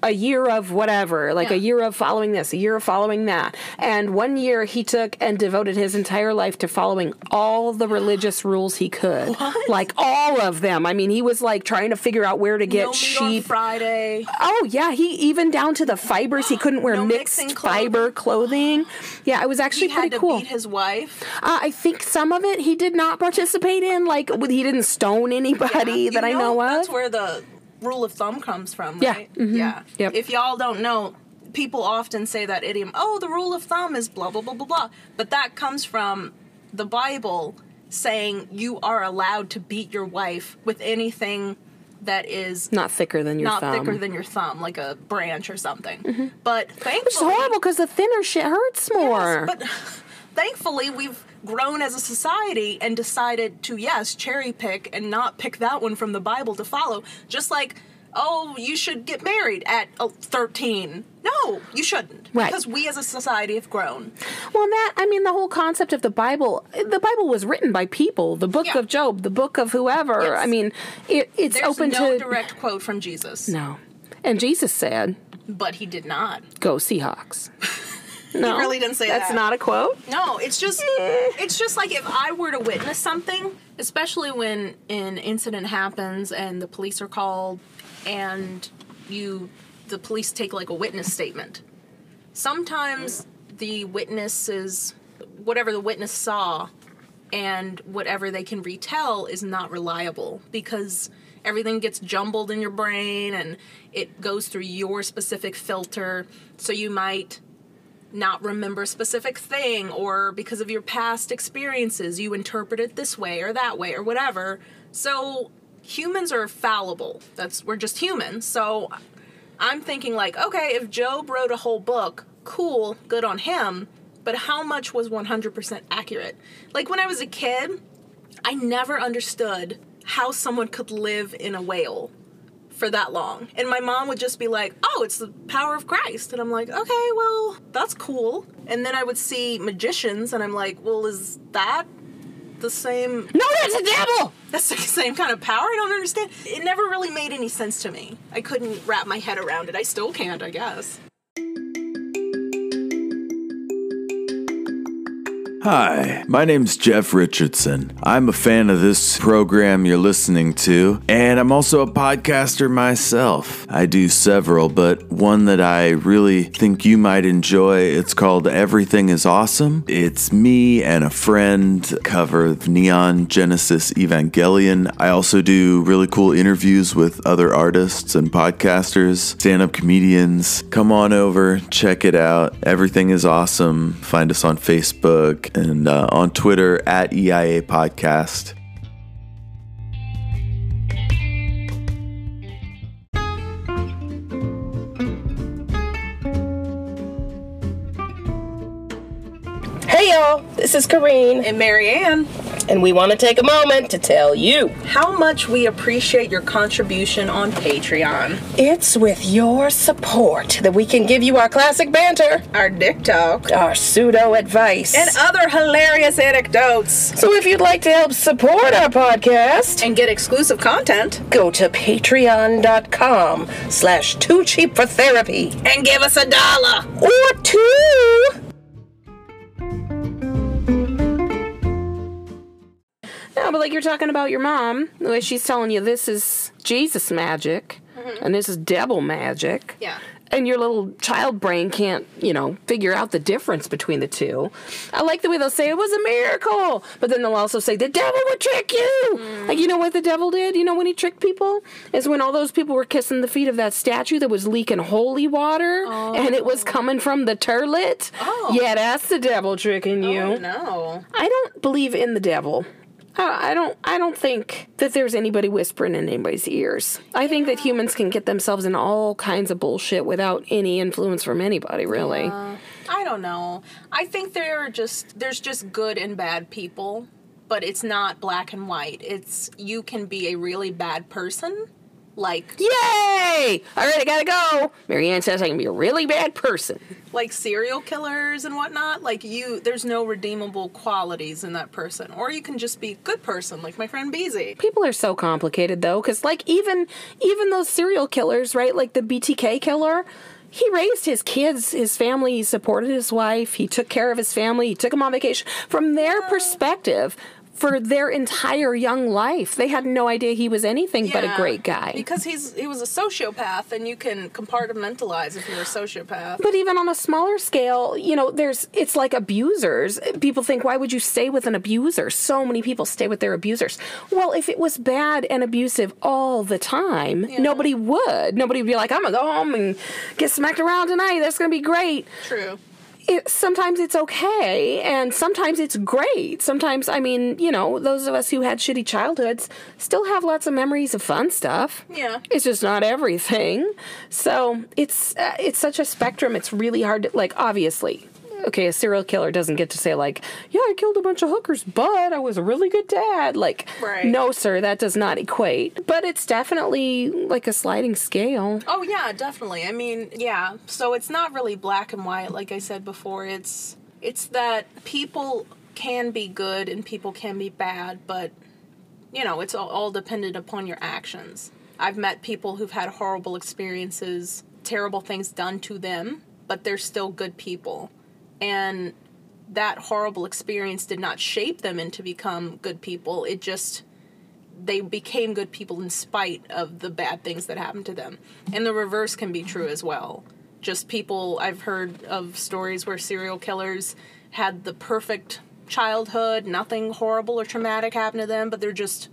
a year of whatever, like a Yeah. year of following this, a year of following that. And one year he took and devoted his entire life to following all the religious rules he could. Like all of them. I mean, he was like trying to figure out where to get no meat on sheep. friday Oh yeah, he even down to the fibers. He couldn't wear No mixed mixing clothing. fiber clothing. Yeah, it was he actually had pretty to cool. beat his wife uh, I think some of it he did not participate in. Like with- he didn't stone anybody You that I know, That's of. where the rule of thumb comes from, Yeah, right? mhm, Yeah. yep. If y'all don't know, people often say that idiom, oh, the rule of thumb is blah, blah, blah, blah, blah. But that comes from the Bible saying you are allowed to beat your wife with anything that is Not thicker than your not thumb. thicker than your thumb, like a branch or something. But thankfully, It's horrible because the thinner shit hurts more. but thankfully, we've grown as a society and decided to, yes, cherry pick and not pick that one from the Bible to follow. Just like, oh, you should get married at uh, 13. No, you shouldn't. Right. Because we as a society have grown. Well, and that I mean, the whole concept of the Bible. The Bible was written by people. The book Yeah. of Job, the book of whoever. Yes. I mean, it, it's There's open no to direct quote from Jesus, no. And Jesus said, but he did not. "Go Seahawks." No, really didn't say that's that. not a quote. No, it's just it's just like if I were to witness something, especially when an incident happens and the police are called and you the police take like a witness statement. Sometimes the witnesses whatever the witness saw and whatever they can retell is not reliable because everything gets jumbled in your brain and it goes through your specific filter so you might not remember a specific thing or because of your past experiences you interpret it this way or that way or whatever so humans are fallible that's we're just humans so i'm thinking like okay if job wrote a whole book cool good on him but but how much was 100% accurate? Like when I was a kid, I never understood how someone could live in a whale for that long. And my mom would just be like, oh, it's the power of Christ. And I'm like, okay, well, that's cool. And then I would see magicians, and I'm like, well, is that the same No, that's a devil! that's the same kind of power. I don't understand. It never really made any sense to me. I couldn't wrap my head around it. I still can't, I guess. Hi, my name's Jeff Richardson. I'm a fan of this program you're listening to, and I'm also a podcaster myself. I do several, but one that I really think you might enjoy, it's called Everything is Awesome. It's me and a friend cover of Neon Genesis Evangelion. I also do really cool interviews with other artists and podcasters, stand-up comedians. Come on over, check it out. Everything is awesome. Find us on Facebook and uh, on Twitter at EIA Podcast. Hey y'all, this is Kareen, And Marianne, and we want to take a moment to tell you how much we appreciate your contribution on Patreon, it's with your support that we can give you our classic banter, our dick talk, our pseudo advice. and other hilarious anecdotes, so if you'd like to help support our podcast, and get exclusive content, go to patreon.com slash too cheap for therapy and give us a dollar. or two. No, but like you're talking about your mom, the way she's telling you this is Jesus magic and this is devil magic. Mm-hmm. Yeah. And your little child brain can't, you know, figure out the difference between the two. I like the way they'll say it was a miracle, but then they'll also say the devil would trick you. Mm. Like you know what the devil did? You know when he tricked people is when all those people were kissing the feet of that statue that was leaking holy water and it was coming from the turlet. Oh. Yeah, that's the devil tricking you. No. I don't believe in the devil. I I don't. I don't think that there's anybody whispering in anybody's ears. I think that humans can get themselves in all kinds of bullshit without any influence from anybody, really. I don't know. I think there are just there's just good and bad people, but it's not black and white. It's you can be a really bad person, like Yay! All right, I gotta go. Marianne says I can be a really bad person. like serial killers and whatnot like you there's no redeemable qualities in that person or you can just be a good person like my friend beezy People are so complicated though, because like even even those serial killers, right? Like the BTK killer. He raised his kids, his family, he supported his wife, he took care of his family, he took them on vacation. From their perspective, for their entire young life, they had no idea he was anything but a Yeah. great guy. because he's he was a sociopath and you can compartmentalize if you're a sociopath but even on a smaller scale, you know, there's it's like abusers. People think, why would you stay with an abuser? So many people stay with their abusers. Well, if it was bad and abusive all the time, nobody would. Nobody would be like, I'm gonna go home and get smacked around tonight. That's gonna be great true it, sometimes it's okay and sometimes it's great. Sometimes, I mean, you know, those of us who had shitty childhoods still have lots of memories of fun stuff. Yeah. It's just not everything. So it's, uh, it's such a spectrum. It's really hard to, like, obviously. Okay, a serial killer doesn't get to say like, "Yeah, I killed a bunch of hookers, but I was a really good dad." Like, Right. no, sir, that does not equate. But it's definitely like a sliding scale. oh yeah definitely i mean yeah so it's not really black and white like i said before it's it's that people can be good and people can be bad but you know it's all, all dependent upon your actions i've met people who've had horrible experiences terrible things done to them but they're still good people and that horrible experience did not shape them into become good people it just they became good people in spite of the bad things that happened to them. And the reverse can be true as well. Just people, I've heard of stories where serial killers had the perfect childhood, nothing horrible or traumatic happened to them, but they're just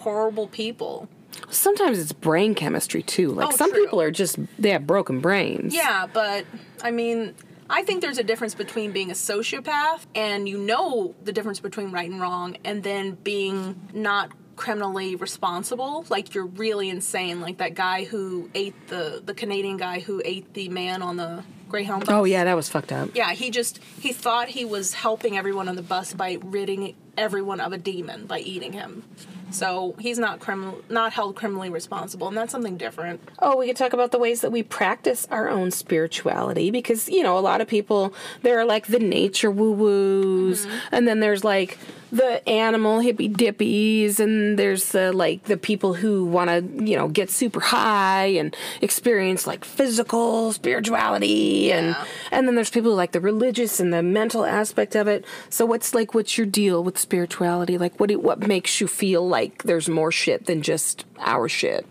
horrible people. Sometimes it's brain chemistry too. Like Oh, some true. people are just they have broken brains. Yeah, but I mean, I think there's a difference between being a sociopath and you know the difference between right and wrong and then being not criminally responsible like you're really insane like that guy who ate the the Canadian guy who ate the man on the Greyhound bus. Oh yeah, that was fucked up. Yeah, he just he thought he was helping everyone on the bus by ridding everyone of a demon by eating him. So he's not criminal, not held criminally responsible, and that's something different. Oh, we could talk about the ways that we practice our own spirituality because, you know, a lot of people, there are like the nature woo woos, and then there's like the animal hippy dippies, and there's the like the people who want to, you know, get super high and experience like physical spirituality, and and then there's people who like the religious and the mental aspect of it. So, what's like, what's your deal with spirituality? Like, what do, what makes you feel like there's more shit than just our shit?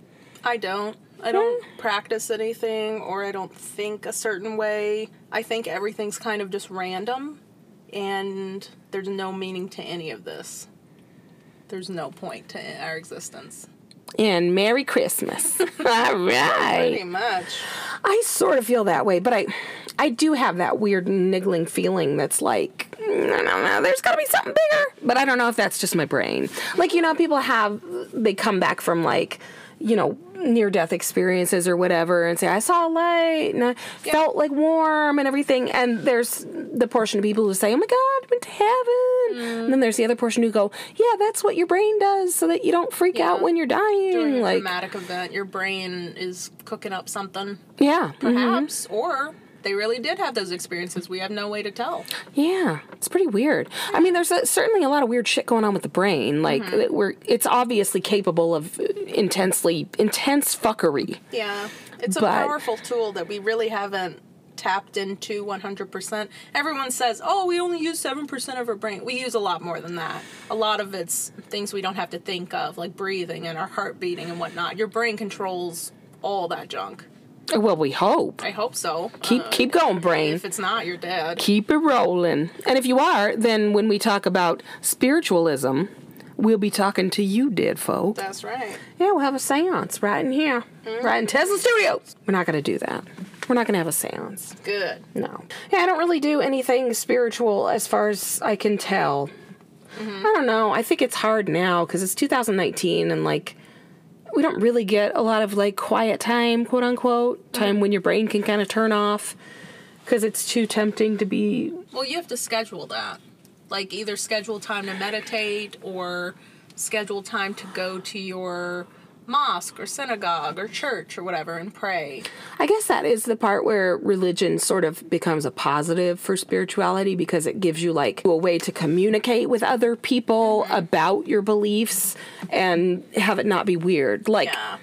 I don't. I don't practice anything, or I don't think a certain way. I think everything's kind of just random, and there's no meaning to any of this. There's no point to our existence. and Merry Christmas. All right. Pretty much. I sort of feel that way, but I I do have that weird niggling feeling that's like, "Mm, I don't know, there's gotta be something bigger. But I don't know if that's just my brain. Like, you know, people have they come back from like, you know, near death experiences or whatever and say, I saw a light and I felt like warm and everything. And there's the portion of people who say, Oh my god, I went to heaven. And then there's the other portion who go, Yeah, that's what your brain does so that you don't freak out when you're dying. During a like traumatic event, your brain is cooking up something. Yeah. mhm. perhaps, or they really did have those experiences. We have no way to tell. Yeah, it's pretty weird. I mean, there's a, certainly a lot of weird shit going on with the brain. Like Mm-hmm. it- we're, it's obviously capable of uh, intensely intense fuckery. Yeah, it's a But- powerful tool that we really haven't tapped into 100%. Everyone says, "Oh, we only use 7% of our brain." We use a lot more than that. A lot of it's things we don't have to think of, like breathing and our heart beating and whatnot. Your brain controls all that junk. Well, we hope. I hope so. Keep Uh, keep going, brain. if it's not, you're dead. Keep it rolling. And if you are, then when we talk about spiritualism, we'll be talking to you, dead folk. That's right. Yeah, we'll have a séance right in here, Mm-hmm. right in Tesla Studios. We're not gonna do that. We're not gonna have a séance. Good. No. Yeah, I don't really do anything spiritual as far as I can tell. I don't know. I think it's hard now because it's 2019 and like we don't really get a lot of like quiet time, quote unquote, time when your brain can kind of turn off because it's too tempting to be. Well, you have to schedule that. Like either schedule time to meditate or schedule time to go to your mosque or synagogue or church or whatever and pray. I guess that is the part where religion sort of becomes a positive for spirituality because it gives you like a way to communicate with other people Mm-hmm. about your beliefs and have it not be weird. Like Yeah.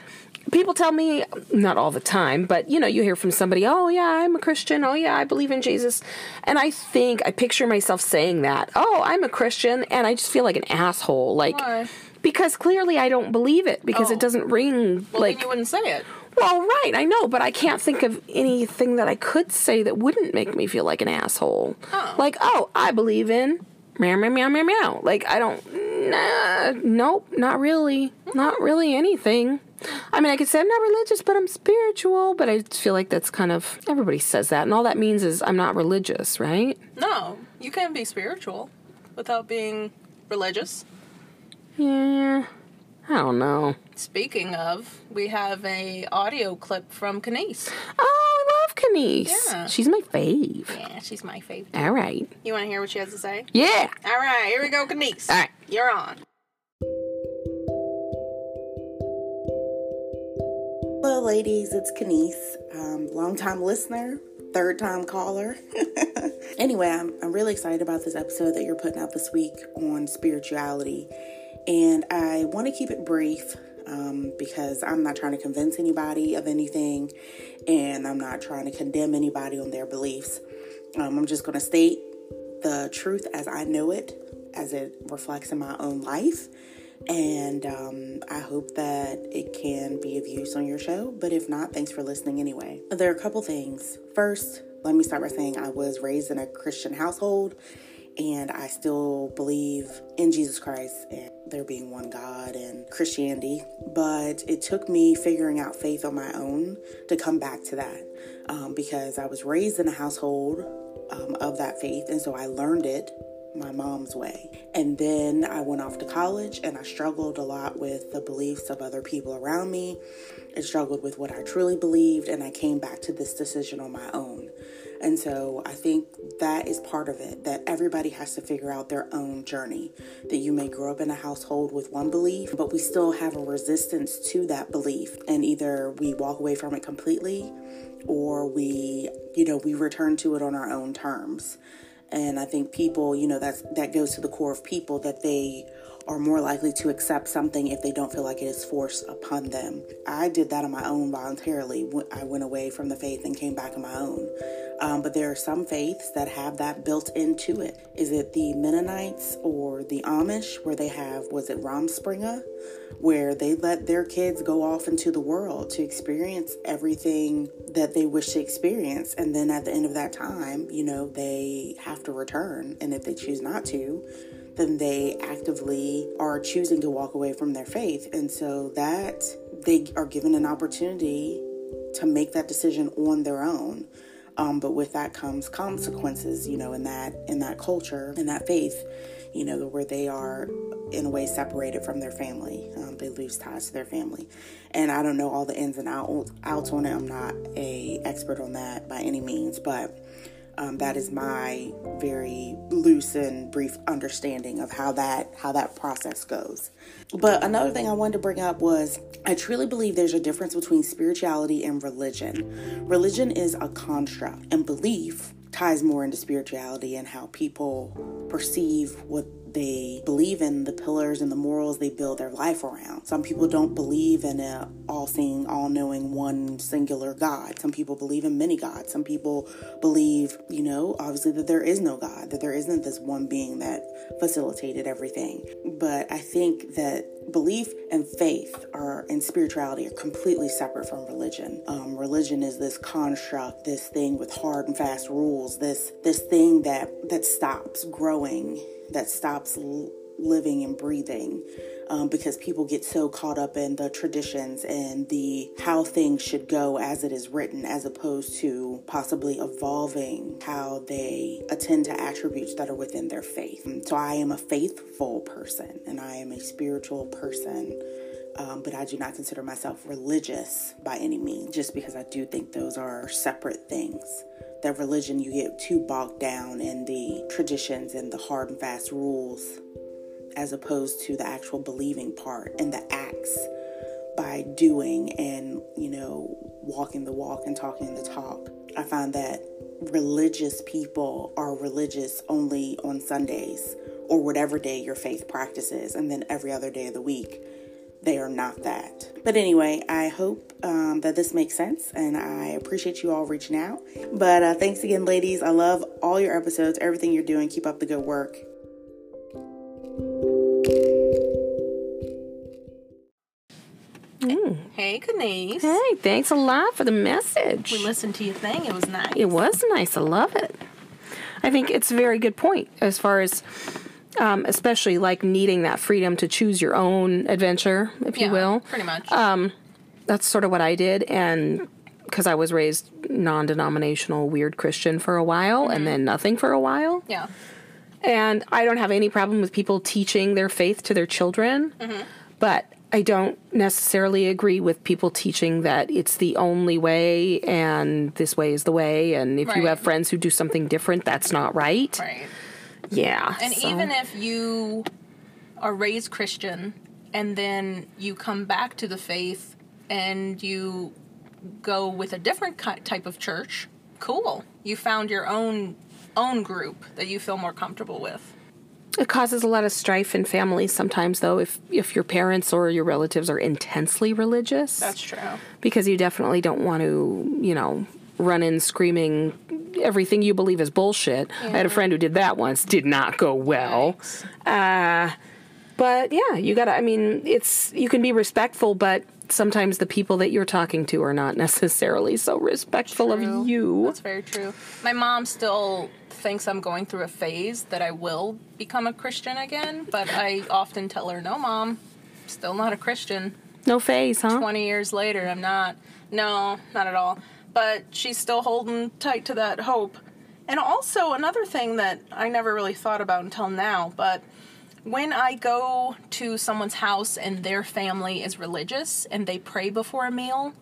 people tell me not all the time but you know you hear from somebody oh yeah i'm a christian oh yeah i believe in jesus and i think i picture myself saying that oh i'm a christian and i just feel like an asshole like Why? because clearly i don't believe it because Oh. it doesn't ring Well, like then you wouldn't say it. well right i know but i can't think of anything that i could say that wouldn't make me feel like an asshole like oh i believe in meow meow meow meow meow like i don't nah, nope not really Oh. not really anything I mean, I could say I'm not religious, but I'm spiritual, but I just feel like that's kind of everybody says that, and all that means is I'm not religious, right? No, you can be spiritual without being religious. Yeah, I don't know. Speaking of, we have a audio clip from Kanice. Oh, I love Kanice. Yeah. She's my fave. Yeah, she's my favorite. All right. You want to hear what she has to say? Yeah. All right, here we go, Kanice. All right. You're on. Hello, ladies. It's Kanice, um, longtime listener, third time caller. anyway, I'm, I'm really excited about this episode that you're putting out this week on spirituality. And I want to keep it brief um, because I'm not trying to convince anybody of anything and I'm not trying to condemn anybody on their beliefs. Um, I'm just going to state the truth as I know it, as it reflects in my own life. And um, I hope that it can be of use on your show. But if not, thanks for listening anyway. There are a couple things. First, let me start by saying I was raised in a Christian household and I still believe in Jesus Christ and there being one God and Christianity. But it took me figuring out faith on my own to come back to that um, because I was raised in a household um, of that faith, and so I learned it my mom's way. And then I went off to college, and I struggled a lot with the beliefs of other people around me. I struggled with what I truly believed, and I came back to this decision on my own. And so I think that is part of it that everybody has to figure out their own journey. That you may grow up in a household with one belief, but we still have a resistance to that belief. And either we walk away from it completely or we, you know, we return to it on our own terms. And I think people, you know, that's that goes to the core of people that they are more likely to accept something if they don't feel like it is forced upon them. I did that on my own voluntarily. When I went away from the faith and came back on my own. Um, but there are some faiths that have that built into it. Is it the Mennonites or the Amish, where they have, was it Ramspringa, where they let their kids go off into the world to experience everything that they wish to experience. And then at the end of that time, you know, they have to return. And if they choose not to, then they actively are choosing to walk away from their faith. And so that they are given an opportunity to make that decision on their own. Um, but with that comes consequences, you know, in that in that culture, in that faith, you know, where they are in a way separated from their family. Um, they lose ties to their family, and I don't know all the ins and out- outs on it. I'm not a expert on that by any means, but um, that is my very loose and brief understanding of how that how that process goes but another thing i wanted to bring up was i truly believe there's a difference between spirituality and religion religion is a construct and belief ties more into spirituality and how people perceive what they believe in the pillars and the morals they build their life around. Some people don't believe in a all-seeing, all-knowing, one singular God. Some people believe in many gods. Some people believe, you know, obviously that there is no God, that there isn't this one being that facilitated everything. But I think that belief and faith are and spirituality are completely separate from religion. Um, religion is this construct, this thing with hard and fast rules, this this thing that that stops growing, that stops l- living and breathing. Um, because people get so caught up in the traditions and the how things should go as it is written, as opposed to possibly evolving how they attend to attributes that are within their faith. Um, So I am a faithful person and I am a spiritual person. Um, but I do not consider myself religious by any means, just because I do think those are separate things that religion you get too bogged down in the traditions and the hard and fast rules as opposed to the actual believing part and the acts by doing and you know walking the walk and talking the talk i find that religious people are religious only on sundays or whatever day your faith practices and then every other day of the week they are not that. But anyway, I hope um, that this makes sense and I appreciate you all reaching out. But uh, thanks again, ladies. I love all your episodes, everything you're doing. Keep up the good work. Hey, Kanice. Hey, thanks a lot for the message. We listened to your thing. It was nice. It was nice. I love it. I think it's a very good point as far as, um, especially like needing that freedom to choose your own adventure, if you will. Uh, Pretty much. That's sort of what I did, and because I was raised non-denominational, weird Christian for a while, and then nothing for a while. yeah. And I don't have any problem with people teaching their faith to their children, but I don't necessarily agree with people teaching that it's the only way and this way is the way. And if you Right. have friends who do something different, that's not right. Right. Yeah. And so- even if you are raised Christian and then you come back to the faith and you go with a different ki- type of church, cool. You found your own own group that you feel more comfortable with. it causes a lot of strife in families sometimes, though, if if your parents or your relatives are intensely religious. true. because you definitely don't want to, you know, run in screaming everything you believe is bullshit. I had a friend who did that once, did not go well. Uh, but yeah, you gotta, I mean, it's, you can be respectful, but sometimes the people that you're talking to are not necessarily so respectful True. of you. That's very true. My mom still thinks I'm going through a phase that I will become a Christian again, but I often tell her, "No, mom, still not a Christian." No phase, huh? 20 years later, I'm not. No, not at all. But she's still holding tight to that hope. And also, another thing that I never really thought about until now, but when I go to someone's house and their family is religious and they pray before a meal,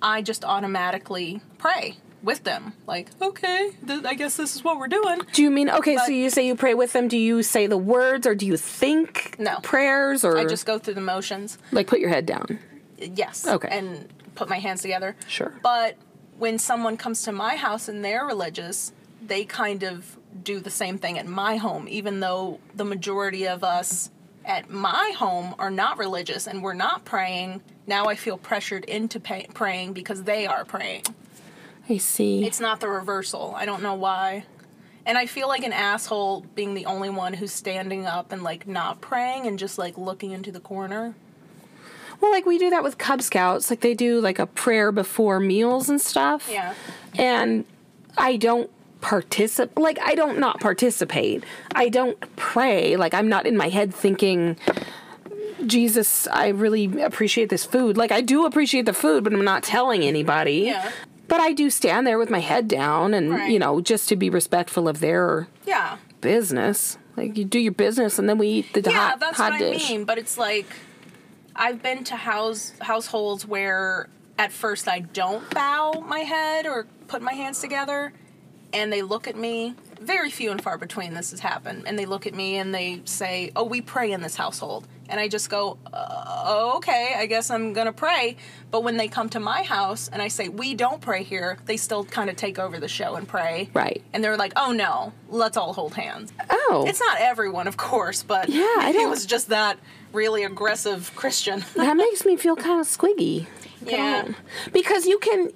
I just automatically pray with them. Like, okay, th- I guess this is what we're doing. Do you mean okay? so But- you say you pray with them. Do you say the words, or do you think No. prayers, or I just go through the motions. like put your head down? Yes. Okay. And put my hands together. Sure. But when someone comes to my house and they're religious, they kind of do the same thing at my home, even though the majority of us at my home are not religious and we're not praying. Now I feel pressured into pay- praying because they are praying. I see. It's not the reversal. I don't know why. And I feel like an asshole being the only one who's standing up and like not praying and just like looking into the corner. well, like we do that with Cub Scouts. Like they do like a prayer before meals and stuff. Yeah. and I don't participate. Like I don't not participate. I don't pray. Like I'm not in my head thinking, Jesus, I really appreciate this food. Like I do appreciate the food, but I'm not telling anybody. Yeah. But I do stand there with my head down, and Right. you know, just to be respectful of their Yeah. business. Like you do your business, and then we eat the yeah, hot, that's hot what dish. I mean. But it's like I've been to house households where at first I don't bow my head or put my hands together, and they look at me. Very few and far between this has happened, and they look at me and they say, "Oh, we pray in this household," and I just go, uh, "Okay, I guess I'm gonna pray." But when they come to my house and I say, "We don't pray here," they still kind of take over the show and pray. Right. And they're like, "Oh no, let's all hold hands." Oh, It's not everyone, of course, but Yeah, I it don't- was just that really aggressive Christian. that makes me feel kind of squiggy. Yeah. because you can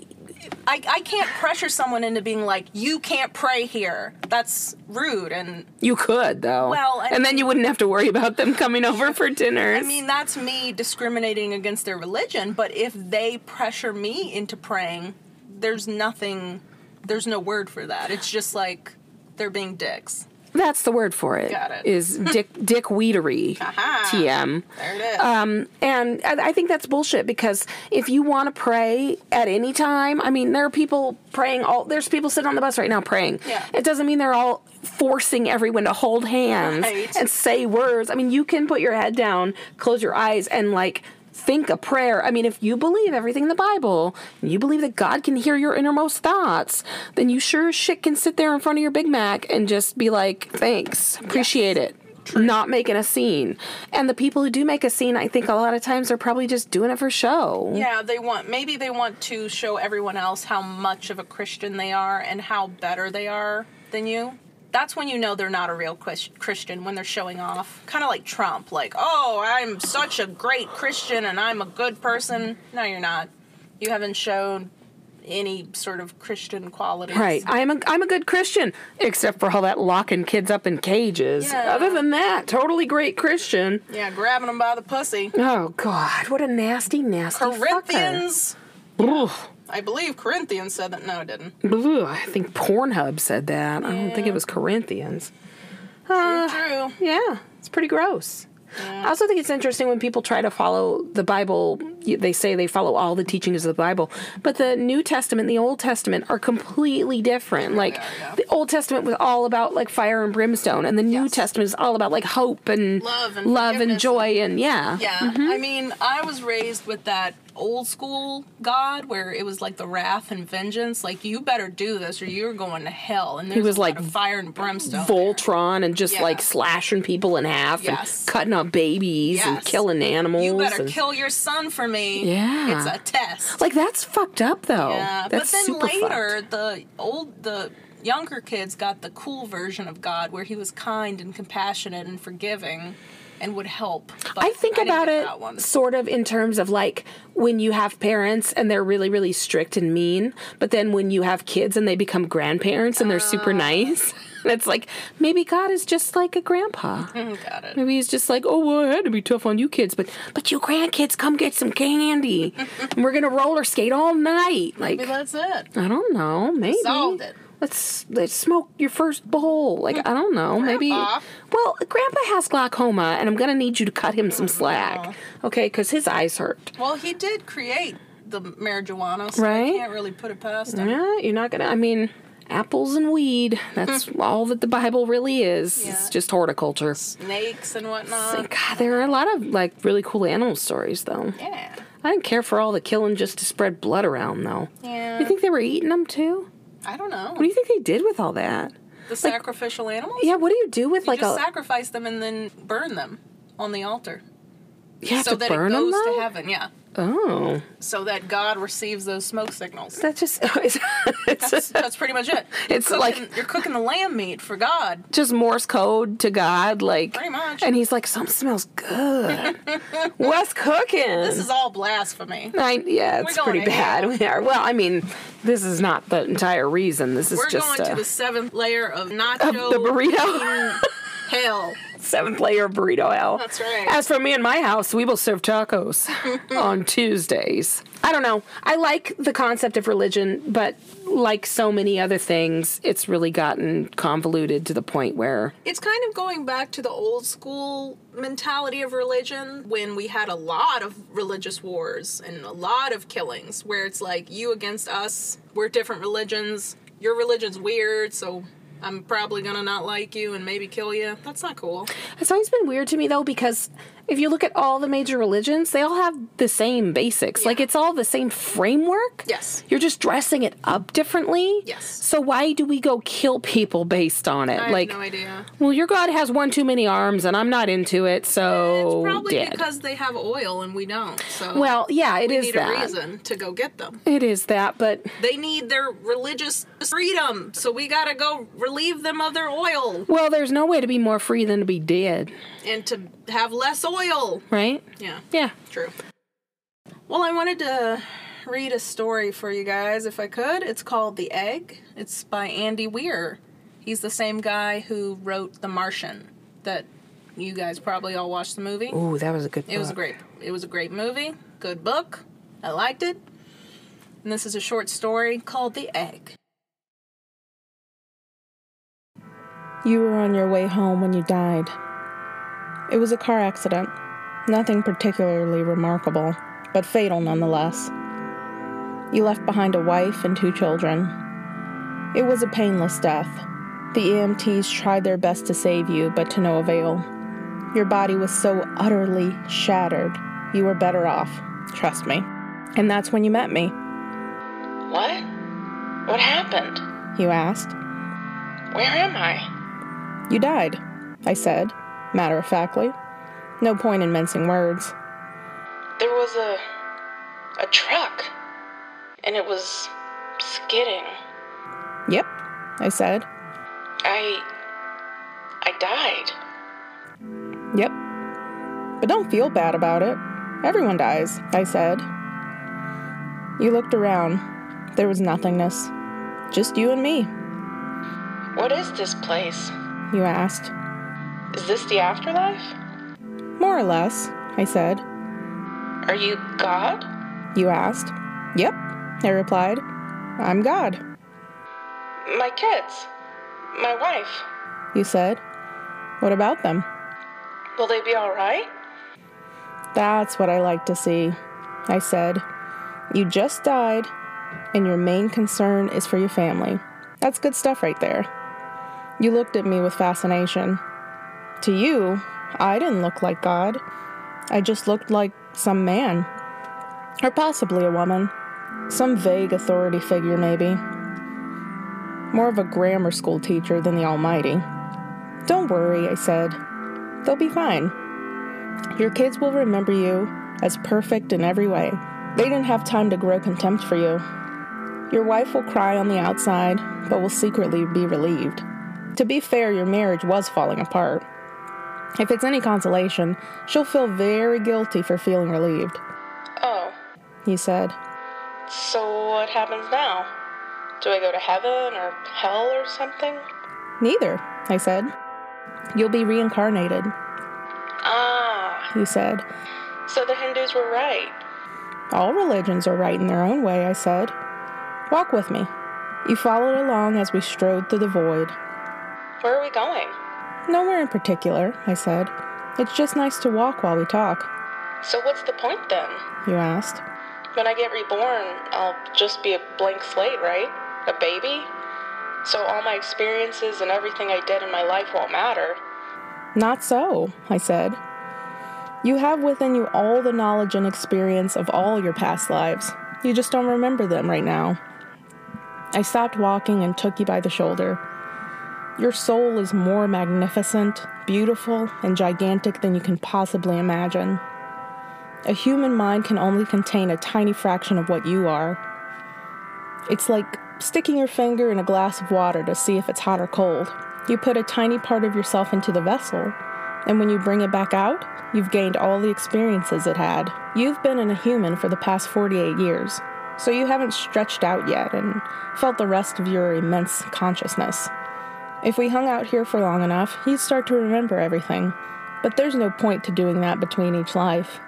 I, I can't pressure someone into being like, you can't pray here. That's rude. And You could though. Well, I and then mean- you wouldn't have to worry about them coming over for dinners. I mean, that's me discriminating against their religion, but if they pressure me into praying, there's nothing, there's no word for that. It's just like they're being dicks. that's the word for it. Got it. Uh-huh. Is dick dick weedery. TM. There it is. Uh, And I, I think that's bullshit because if you want to pray at any time, I mean, there are people praying. All there's people sitting on the bus right now praying. Yeah. It doesn't mean they're all forcing everyone to hold hands Right. and say words. I mean, you can put your head down, close your eyes, and like think a prayer. I mean, if you believe everything in the Bible and you believe that God can hear your innermost thoughts, then you sure as shit can sit there in front of your Big Mac and just be like, thanks, appreciate it. Not making a scene. And the people who do make a scene, I think a lot of times are probably just doing it for show. Yeah, they want maybe they want to show everyone else how much of a Christian they are and how better they are than you. That's when you know they're not a real Chris- Christian when they're showing off. Kind of like Trump, like, "Oh, I'm such a great Christian and I'm a good person." No, you're not. You haven't shown any sort of Christian qualities. Right. I'm a I'm a good Christian, except for all that locking kids up in cages. Yeah. Other than that, totally great Christian. Yeah, grabbing them by the pussy. Oh God, what a nasty, nasty fucker. Corinthians. Ugh. I believe Corinthians said that. No, it didn't. Ugh, I think Pornhub said that. I don't think it was Corinthians. True. Yeah, it's pretty gross. I also think it's interesting when people try to follow the Bible. y- They say they follow all the teachings of the Bible, but the New Testament, and the Old Testament are completely different. Like the Old Testament was all about like fire and brimstone, and the New Testament is all about like hope and Love and love and forgiveness. joy and yeah. Yeah, Mm-hmm. I mean, I was raised with that old school God where it was like the wrath and vengeance. Like, you better do this or you're going to hell. And there's was a lot like of fire and brimstone. Voltron and just Yeah. like slashing people in half Yes. and cutting up babies and Yes. killing animals. you better and- kill your son for me. Yeah. it's a test. Like that's fucked up though. yeah, that's but then super later fucked. the old the younger kids got the cool version of God where he was kind and compassionate and forgiving and would help. But I think didn't about get it that one. sort of in terms of like when you have parents and they're really, really strict and mean, but then when you have kids and they become grandparents and they're Uh. super nice, it's like maybe God is just like a grandpa. Got it. Maybe he's just like, oh, well, I had to be tough on you kids, but but you grandkids, come get some candy. and we're gonna roller skate all night. Like Maybe that's it. I don't know. Maybe Solved it. Let's let's smoke your first bowl. Like I don't know. Maybe. Grandpa. Well, Grandpa has glaucoma, and I'm gonna need you to cut him Oh, some slack. Okay, because his eyes hurt. Well, he did create the marijuana, so Right? I can't really put it past him. Yeah, you're not gonna. I mean, apples and weed. That's all that the Bible really is. It's Hmm. Yeah. Uh-huh. just horticulture. Snakes and whatnot. God, there are a lot of like really cool animal stories though. Yeah. I didn't care for all the killing just to spread blood around though. Yeah. You think they were eating them too? I don't know. What do you think they did with all that? the sacrificial animals? Yeah, what do you do with You like just a? sacrifice them and then burn them on the altar. you have so to that burn it them goes though. to heaven, yeah. oh, So that God receives those smoke signals. that's just it's, That's, that's pretty much it. You're It's cooking- like- you're cooking the lamb meat for God. just Morse code to God, like Pretty much. And he's like, "Something smells good. What's cooking?" This is all blasphemy. I, yeah, it's We're going pretty to bad. We are. Well, I mean, this is not the entire reason. This is We're just going uh, to the seventh layer of nacho the burrito, hell. seventh layer burrito hell. That's right. As for me and my house, we will serve tacos on Tuesdays. I don't know. I like the concept of religion, but like so many other things, it's really gotten convoluted to the point where It's kind of going back to the old school mentality of religion when we had a lot of religious wars and a lot of killings where it's like you against us, we're different religions, your religion's weird, so I'm probably gonna not like you and maybe kill you. That's not cool. It's always been weird to me though because if you look at all the major religions, they all have the same basics. Like it's all the same framework. Yes. You're just dressing it up differently. Yes. So why do we go kill people based on it? I like have no idea. well, your god has one too many arms and I'm not into it, so Eh, it's probably oh, dead. because they have oil and we don't. So well, yeah, it we is need a that. reason to go get them. It is that, but They need their religious freedom, so we gotta go relieve them of their oil well, there's no way to be more free than to be dead, and to have less oil. right? Yeah. Yeah. True. Well, I wanted to read a story for you guys if I could. It's called The Egg. It's by Andy Weir. He's the same guy who wrote The Martian that you guys probably all watched the movie. Ooh, that was a good. It was great. It was a great movie. Good book. I liked it. And this is a short story called The Egg. You were on your way home when you died. It was a car accident, nothing particularly remarkable, but fatal nonetheless. You left behind a wife and two children. It was a painless death. The EMTs tried their best to save you, but to no avail. Your body was so utterly shattered, you were better off, trust me. And that's when you met me, What? What happened? you asked. Where am I? You died, I said, matter of factly. No point in mincing words. There was a. a truck. And it was. skidding. Yep, I said. I. I died. Yep. But don't feel bad about it. Everyone dies, I said. You looked around. There was nothingness. Just you and me, What is this place? you asked. Is this the afterlife? More or less, I said. Are you God? You asked. Yep, I replied. I'm God, My kids? My wife? you said. What about them? Will they be alright? That's what I like to see, I said. You just died, and your main concern is for your family. That's good stuff right there. You looked at me with fascination. To you, I didn't look like God. I just looked like some man. Or possibly a woman. Some vague authority figure, maybe. More of a grammar school teacher than the Almighty. Don't worry, I said. They'll be fine. Your kids will remember you as perfect in every way. They didn't have time to grow contempt for you. Your wife will cry on the outside, but will secretly be relieved. To be fair, your marriage was falling apart. If it's any consolation, she'll feel very guilty for feeling relieved, Oh. he said. So what happens now? Do I go to heaven or hell or something? Neither, I said. You'll be reincarnated, Ah, he said. so the Hindus were right. All religions are right in their own way, I said. Walk with me. You followed along as we strode through the void. Where are we going? Nowhere in particular, I said. It's just nice to walk while we talk, So what's the point then? you asked. When I get reborn, I'll just be a blank slate, right? A baby? So all my experiences and everything I did in my life won't matter. Not so, I said. You have within you all the knowledge and experience of all your past lives. You just don't remember them right now. I stopped walking and took you by the shoulder. Your soul is more magnificent, beautiful, and gigantic than you can possibly imagine. A human mind can only contain a tiny fraction of what you are. It's like sticking your finger in a glass of water to see if it's hot or cold. You put a tiny part of yourself into the vessel, and when you bring it back out, you've gained all the experiences it had. You've been in a human for the past 48 years, so you haven't stretched out yet and felt the rest of your immense consciousness. If we hung out here for long enough, he'd start to remember everything. But there's no point to doing that between each life.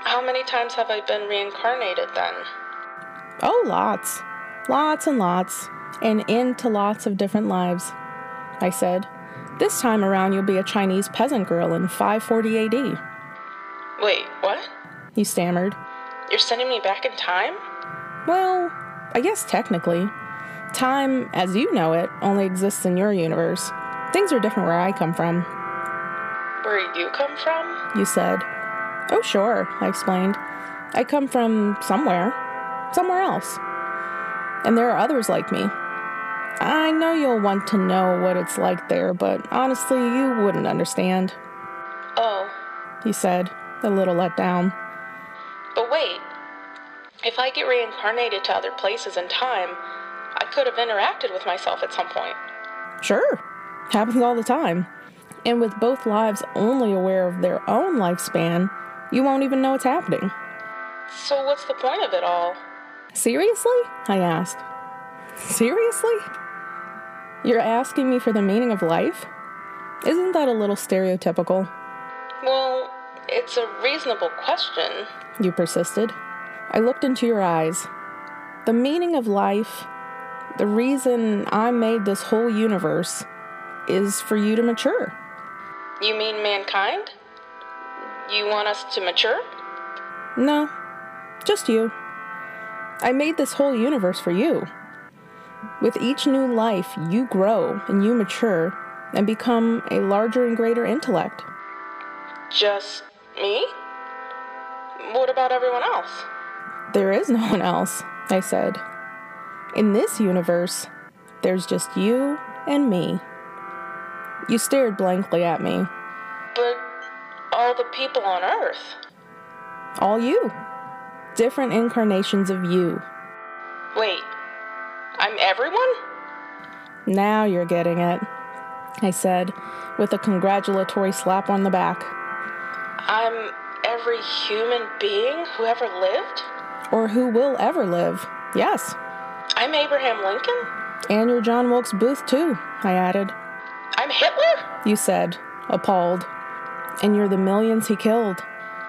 How many times have I been reincarnated then? Oh, lots. Lots and lots. And into lots of different lives. I said, This time around you'll be a Chinese peasant girl in 540 AD. Wait, what? He stammered. You're sending me back in time? Well, I guess technically. Time, as you know it, only exists in your universe. Things are different where I come from, Where you come from? you said. Oh, sure, I explained. I come from somewhere, somewhere else. And there are others like me. I know you'll want to know what it's like there, but honestly, you wouldn't understand, Oh, he said, a little let down. but wait. If I get reincarnated to other places in time, I could have interacted with myself at some point. Sure. Happens all the time. And with both lives only aware of their own lifespan, you won't even know it's happening. So what's the point of it all? Seriously? I asked. Seriously? You're asking me for the meaning of life? Isn't that a little stereotypical? Well, it's a reasonable question. You persisted. I looked into your eyes. The meaning of life, the reason I made this whole universe, is for you to mature. You mean mankind? You want us to mature? No, just you. I made this whole universe for you. With each new life, you grow and you mature and become a larger and greater intellect. Just me? What about everyone else? There is no one else, I said. In this universe, there's just you and me. You stared blankly at me. But all the people on Earth. All you. Different incarnations of you. Wait, I'm everyone? Now you're getting it, I said, with a congratulatory slap on the back. I'm every human being who ever lived? or who will ever live. Yes, I'm Abraham Lincoln? and your John Wilkes Booth, too, I added. I'm Hitler? You said, appalled. And you're the millions he killed,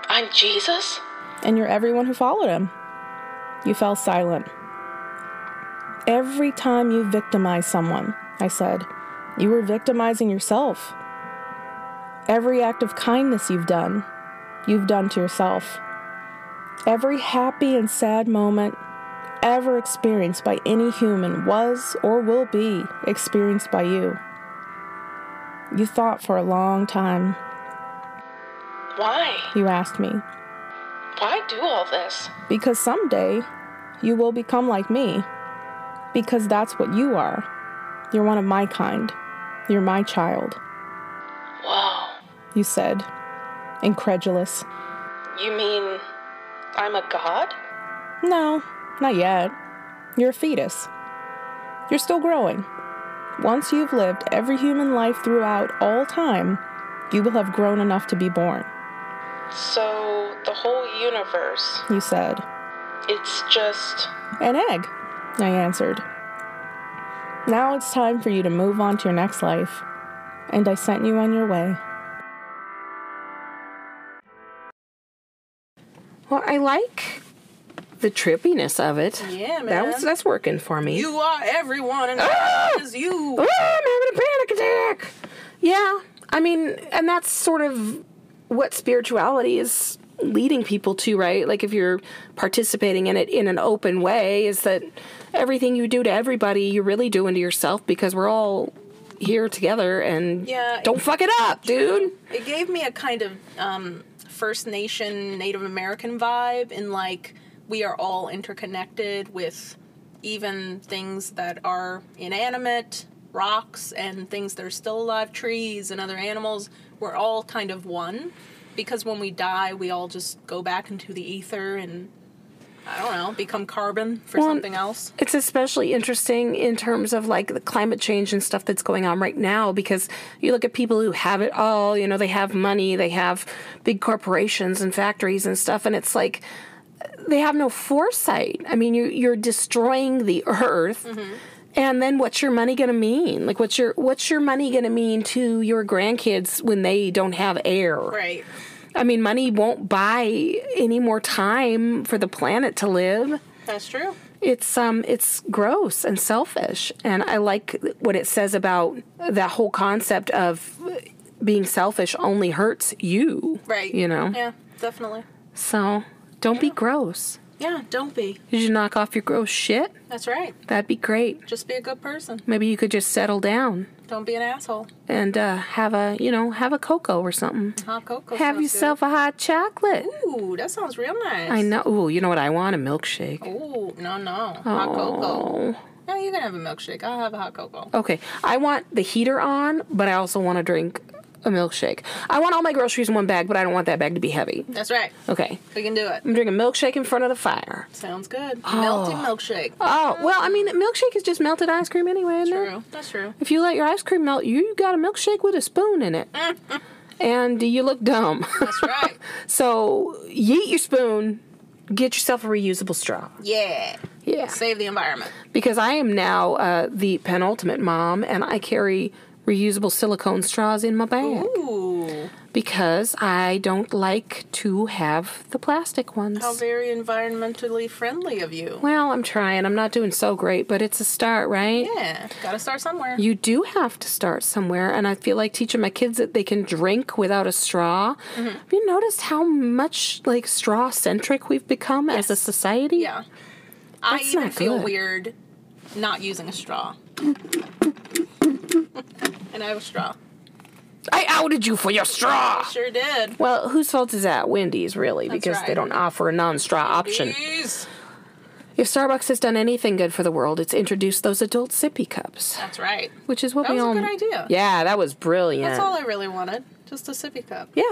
I'm Jesus? and you're everyone who followed him. You fell silent. Every time you victimize someone, I said, you were victimizing yourself. Every act of kindness you've done, you've done to yourself. Every happy and sad moment ever experienced by any human was or will be experienced by you. You thought for a long time, Why? you asked me, Why do all this? because someday you will become like me, because that's what you are. You're one of my kind. You're my child, Wow. you said, incredulous. You mean I'm a god? No, not yet. You're a fetus. You're still growing. Once you've lived every human life throughout all time, you will have grown enough to be born, So the whole universe, you said. it's just. An egg, I answered. Now it's time for you to move on to your next life. And I sent you on your way. Well, I like the trippiness of it. Yeah, That man. was that's working for me. You are everyone, and Ah! is you. Oh, I'm having a panic attack. Yeah, I mean, and that's sort of what spirituality is leading people to, right? Like if you're participating in it in an open way, is that everything you do to everybody, you're really doing to yourself because we're all here together and Yeah. don't fuck it up, dude. It gave me a kind of um, First Nation Native American vibe in like we are all interconnected with even things that are inanimate, rocks and things that are still alive, trees and other animals, we're all kind of one. Because when we die, we all just go back into the ether and, I don't know, become carbon for something else. It's especially interesting in terms of like the climate change and stuff that's going on right now because you look at people who have it all, you know, they have money, they have big corporations and factories and stuff, and it's like they have no foresight. I mean, you you're destroying the earth. And then what's your money going to mean? Like what's your what's your money going to mean to your grandkids when they don't have air? Right. I mean, money won't buy any more time for the planet to live That's true. it's um it's gross and selfish and i like what it says about that whole concept of being selfish only hurts you Right. you know Yeah, definitely. so don't be gross Yeah, don't be. did you knock off your gross shit That's right. that'd be great Just be a good person. maybe you could just settle down Don't be an asshole. and uh, have a you know have a cocoa or something Hot cocoa. have sounds yourself a hot chocolate good. Ooh, that sounds real nice. i know ooh you know what i want a milkshake Ooh, no, no. Hot cocoa. Oh. No, you can have a milkshake. I'll have a hot cocoa. Okay. I want the heater on, but I also want to drink a milkshake. I want all my groceries in one bag, but I don't want that bag to be heavy. That's right. Okay. We can do it. I'm drinking milkshake in front of the fire. Sounds good. Melting milkshake. Oh, well, I mean, milkshake is just melted ice cream anyway, isn't it? True. That's true. If you let your ice cream melt, you got a milkshake with a spoon in it. and you look dumb. That's right. so, yeet your spoon, get yourself a reusable straw. Yeah. Yeah. Save the environment. because I am now uh, the penultimate mom, and I carry reusable silicone straws in my bag Ooh. because I don't like to have the plastic ones. How very environmentally friendly of you. well, I'm trying. I'm not doing so great, but it's a start, right? Yeah. Gotta start somewhere. You do have to start somewhere, and I feel like teaching my kids that they can drink without a straw. Mm-hmm. Have you noticed how much like straw centric we've become as a society? Yeah. I That's even not feel good. weird not using a straw. and I have a straw. I outed you for your straw. Sure did. Well, whose fault is that? Wendy's, really, because they right. don't offer a non straw option. Jeez. If Starbucks has done anything good for the world, it's introduced those adult sippy cups, That's right. which is what That we was a all. good idea. Yeah, that was brilliant. That's all I really wanted. Just a sippy cup. yeah.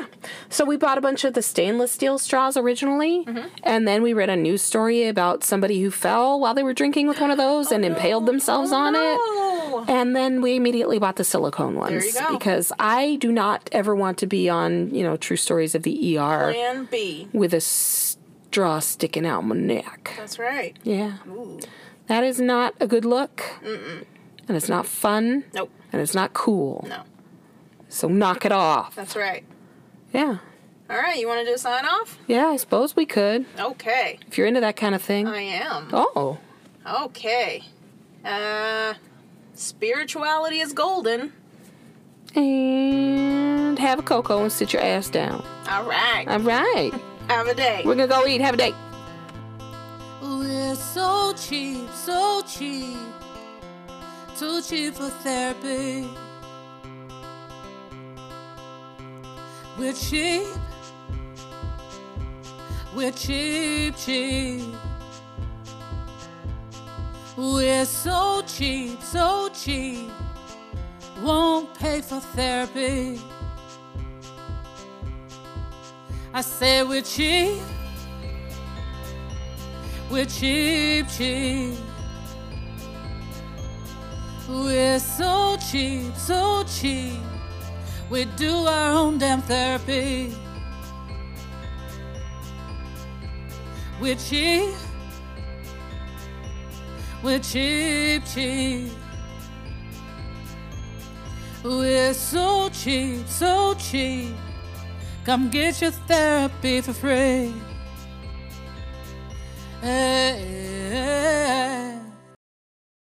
So we bought a bunch of the stainless steel straws originally, Mm-hmm. and then we read a news story about somebody who fell while they were drinking with one of those and impaled themselves on Oh, no. it. And then we immediately bought the silicone ones you go. because I do not ever want to be on, you know, true stories of the ER Plan B. with a straw sticking out my neck. That's right. Yeah. That is not a good look. And it's not fun. Nope. And it's not cool. No. So knock it off. That's right. Yeah. All right, you want to do a sign off? Yeah, I suppose we could. Okay, If you're into that kind of thing. I am. oh. Okay. Uh, spirituality is golden. And have a cocoa and sit your ass down. All right. All right. Have a day. We're going to go eat. Have a day. We're so cheap, so cheap, too cheap for therapy. We're cheap, we're cheap, cheap. We're so cheap, so cheap, won't pay for therapy. I say we're cheap. We're cheap, cheap. We're so cheap, so cheap. We do our own damn therapy. We're cheap. We're cheap, cheap. We're so cheap, so cheap. Come get your therapy for free. Hey,